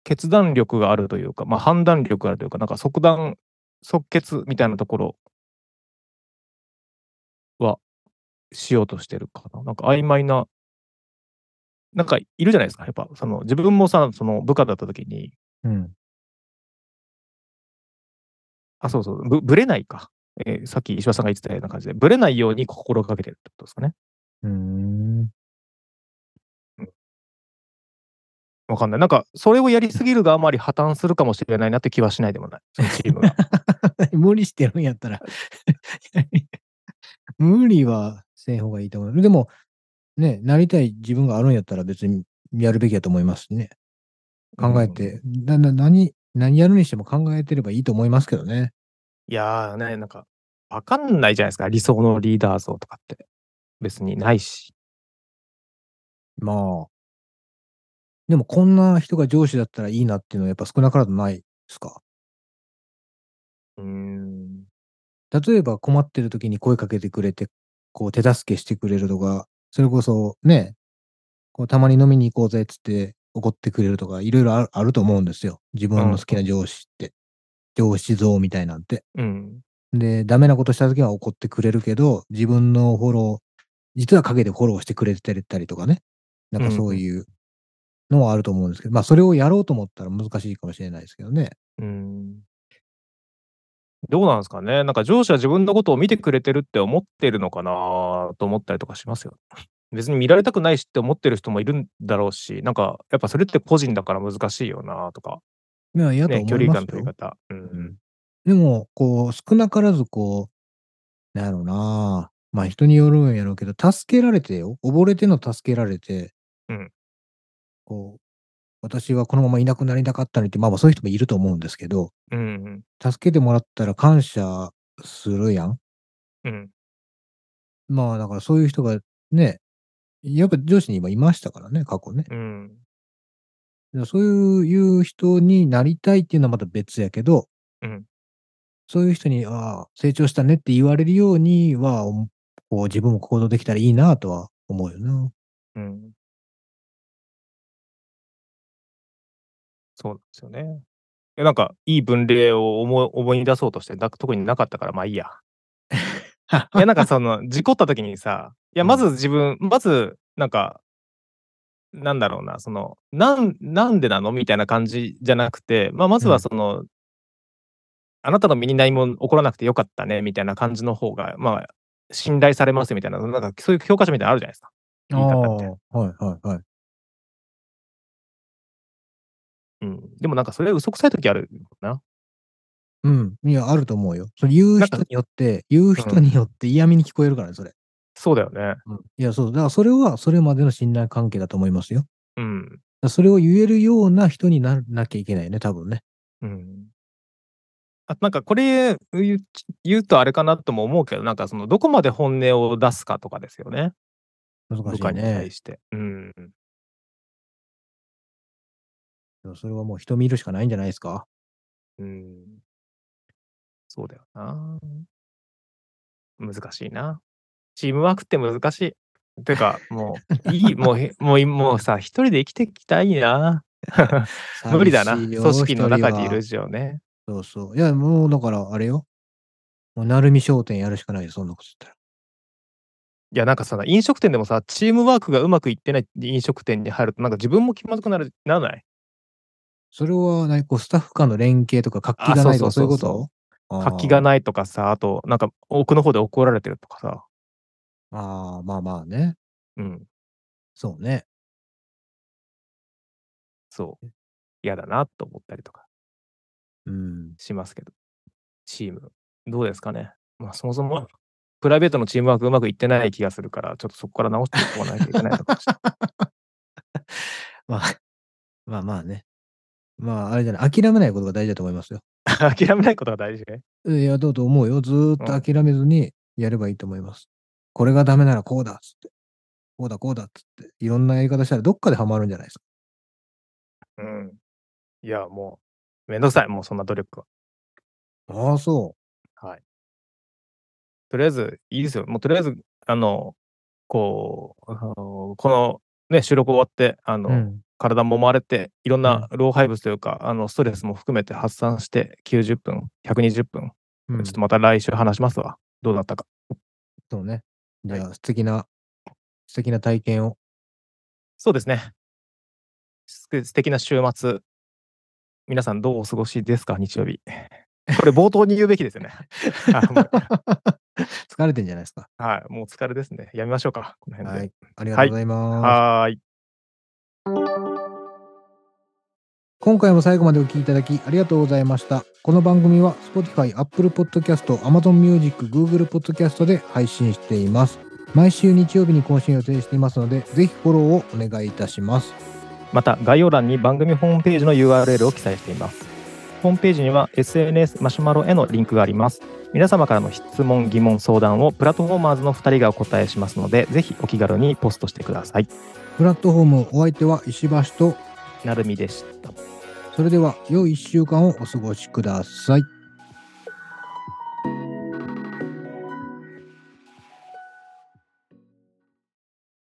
Speaker 2: 決断力があるというか、まあ判断力があるというか、なんか即断、即決みたいなところはしようとしてるかな。なんか曖昧な、なんかいるじゃないですか。やっぱ、その自分もさ、その部下だった時に、
Speaker 1: うん。
Speaker 2: あ、そうそう、ぶぶれないか、えーさっき石破さんが言ってたような感じで、ぶれないように心がけてるってことですかね。
Speaker 1: うーん。
Speaker 2: わかんない。なんか、それをやりすぎるがあまり破綻するかもしれないなって気はしないでもない。そのチームが。
Speaker 1: 無理してるんやったら。無理はせん方がいいと思う。でも、ね、なりたい自分があるんやったら別にやるべきやと思いますしね。考えて、だだ何、何やるにしても考えてればいいと思いますけどね。
Speaker 2: いやーね、なんか、わかんないじゃないですか。理想のリーダー像とかって。別にないし。
Speaker 1: まあ。でも、こんな人が上司だったらいいなっていうのはやっぱ少なからずないですか。
Speaker 2: うーん。
Speaker 1: 例えば困ってる時に声かけてくれて、こう手助けしてくれるとか、それこそね、こうたまに飲みに行こうぜっつって怒ってくれるとか、いろいろあるあると思うんですよ。自分の好きな上司って。上司像みたいなんて。
Speaker 2: うん。
Speaker 1: で、ダメなことした時は怒ってくれるけど、自分のフォロー、実は陰でフォローしてくれてたりとかね。なんかそういうのはあると思うんですけど、まあそれをやろうと思ったら難しいかもしれないですけどね。
Speaker 2: うん。どうなんですかね。なんか上司は自分のことを見てくれてるって思ってるのかなと思ったりとかしますよ。 別に見られたくないしって思ってる人もいるんだろうし、なんかやっぱそれって個人だから難しいよなとか、
Speaker 1: いや、嫌と
Speaker 2: ね、
Speaker 1: 思
Speaker 2: 距
Speaker 1: い
Speaker 2: 離
Speaker 1: ます
Speaker 2: 感の取
Speaker 1: よ
Speaker 2: り。方。うん。
Speaker 1: でも、こう、少なからず、こう、なんやろうなまあ人によるんやろうけど、助けられてよ。溺れての助けられて、
Speaker 2: うん
Speaker 1: こう、私はこのままいなくなりたかったのにって、まあまあそういう人もいると思うんですけど、
Speaker 2: うん。
Speaker 1: 助けてもらったら感謝するやん。
Speaker 2: うん。
Speaker 1: まあだからそういう人がね、やっぱ上司に今いましたからね、過去ね。
Speaker 2: うん。
Speaker 1: だからそういう人になりたいっていうのはまた別やけど、
Speaker 2: うん
Speaker 1: そういう人に、ああ、成長したねって言われるようには、おもこう自分も行動できたらいいなとは思うよな。
Speaker 2: うん。そうなんですよね。いやなんか、いい分類を思い思い出そうとしてな、特になかったから、まあいいや。いや、なんかその、事故った時にさ、いや、
Speaker 1: うん
Speaker 2: まず自分、まず、なんか、なんだろうな、その、なん、なんでなのみたいな感じじゃなくて、まあ、まず
Speaker 1: う
Speaker 2: は
Speaker 1: ん
Speaker 2: その、あなたの身に何も起こらなくてよかったね、みたいな感じの方が、まあ、信頼されますみたいな、なんかそういう評価者みたいなのあるじゃないですか。 言い方って。
Speaker 1: ああはいはいはい。
Speaker 2: うん。でもなんかそれ嘘くさい時あるな。
Speaker 1: うん。いや、あると思うよ。それ言う
Speaker 2: なん
Speaker 1: 人
Speaker 2: か
Speaker 1: によって、言う人によって嫌味に聞こえるからね、それ。
Speaker 2: そうだよね。
Speaker 1: いや、そう。だからそれは、それまでの信頼関係だと思いますよ。だか
Speaker 2: うん。
Speaker 1: らそれを言えるような人にならなきゃいけないね、多分ね。
Speaker 2: うん。あとなんかこれ言う言うとあれかなとも思うけど、なんかそのどこまで本音を出すかとかですよね。
Speaker 1: 難し
Speaker 2: 部
Speaker 1: い
Speaker 2: 下に
Speaker 1: ね
Speaker 2: 対。して。うん。
Speaker 1: でもそれはもう人見るしかないんじゃないですか。
Speaker 2: うん。そうだよな。難しいな。チームワークって難しい。てか、もう、い い、もうへ、もうい、もうさ、一人で生きていきたいな。無理だな。
Speaker 1: 寂しい
Speaker 2: 組
Speaker 1: よ
Speaker 2: 織の中にい。る
Speaker 1: 一人は
Speaker 2: 以上ね。
Speaker 1: そうそう。いや、もうだから、あれよ。もう、鳴海商店やるしかないよ、そんなこと言っ
Speaker 2: いや、なんかさ、飲食店でもさ、チームワークがうまくいってない飲食店に入ると、なんか自分も気まずくなるならない
Speaker 1: たら。それは、何こう、スタッフ間の連携とか、活気
Speaker 2: あ
Speaker 1: がないとか、そ
Speaker 2: そうう
Speaker 1: いう
Speaker 2: そ
Speaker 1: こ
Speaker 2: うそう
Speaker 1: と
Speaker 2: 活気が
Speaker 1: い。
Speaker 2: ないとかさ、あと、なんか奥の方で怒られてるとかさ、
Speaker 1: あーあー、まあまあね。
Speaker 2: うん、
Speaker 1: そうね。
Speaker 2: そう、嫌だなと思ったりとか
Speaker 1: うん。
Speaker 2: しますけど、チーム、どうですかね。まあ、そもそも、プライベートのチームワークうまくいってない気がするから、ちょっとそこから直していかないといけないのかもしれない。
Speaker 1: まあ、まあまあね。まあ、あれじゃない。諦めないことが大事だと思いますよ。
Speaker 2: 諦めないことが大事ね。
Speaker 1: いや、どうと思うよ。ずーっ
Speaker 2: う
Speaker 1: と
Speaker 2: ん
Speaker 1: 諦めずにやればいいと思います。これがダメならこうだっつって。こうだこうだっつって。いろんなやり方したらどっかでハマるんじゃないですか。
Speaker 2: うん。いや、もう、めんどくさい、もうそんな努力は。
Speaker 1: ああ、そ
Speaker 2: はい。とりあえず、いいですよ。もうとりあえず、あの、こう、あのこの、ね、収録終わって、あ
Speaker 1: う。
Speaker 2: の、
Speaker 1: うん。
Speaker 2: 体もまれて、いろんな老廃物というか、あのストレスも含めて発散して、90分、120分、
Speaker 1: うん
Speaker 2: ちょっとまた来週話しますわ。どうだったか。
Speaker 1: そうね。じ
Speaker 2: はい
Speaker 1: ゃあ、素敵な、素敵な体験を。
Speaker 2: そうですね。す素敵な週末。皆さんどうお過ごしですか、日曜日。 これ冒頭に言うべきですよね。 あもう
Speaker 1: 疲れてんじゃないですか。
Speaker 2: はい、もうお疲れですね。やめましょうか、この辺
Speaker 1: は
Speaker 2: で。
Speaker 1: い。ありがとうございます。
Speaker 2: はーい。
Speaker 1: 今回も最後までお聞きいただきありがとうございました。この番組は Spotify、Apple Podcast、Amazon Music、Google Podcast で配信しています。毎週日曜日に更新予定していますので、ぜひフォローをお願いいたします。
Speaker 2: また概要欄に番組ホームページの URL を記載していますホームページには SNS マシュマロへのリンクがあります皆様からの質問疑問相談をプラットフォーマーズの2人がお答えしますのでぜひお気軽にポストしてください
Speaker 1: プラットフォームお相手は石橋と、
Speaker 2: なるみでした
Speaker 1: それでは良い1週間をお過ごしください。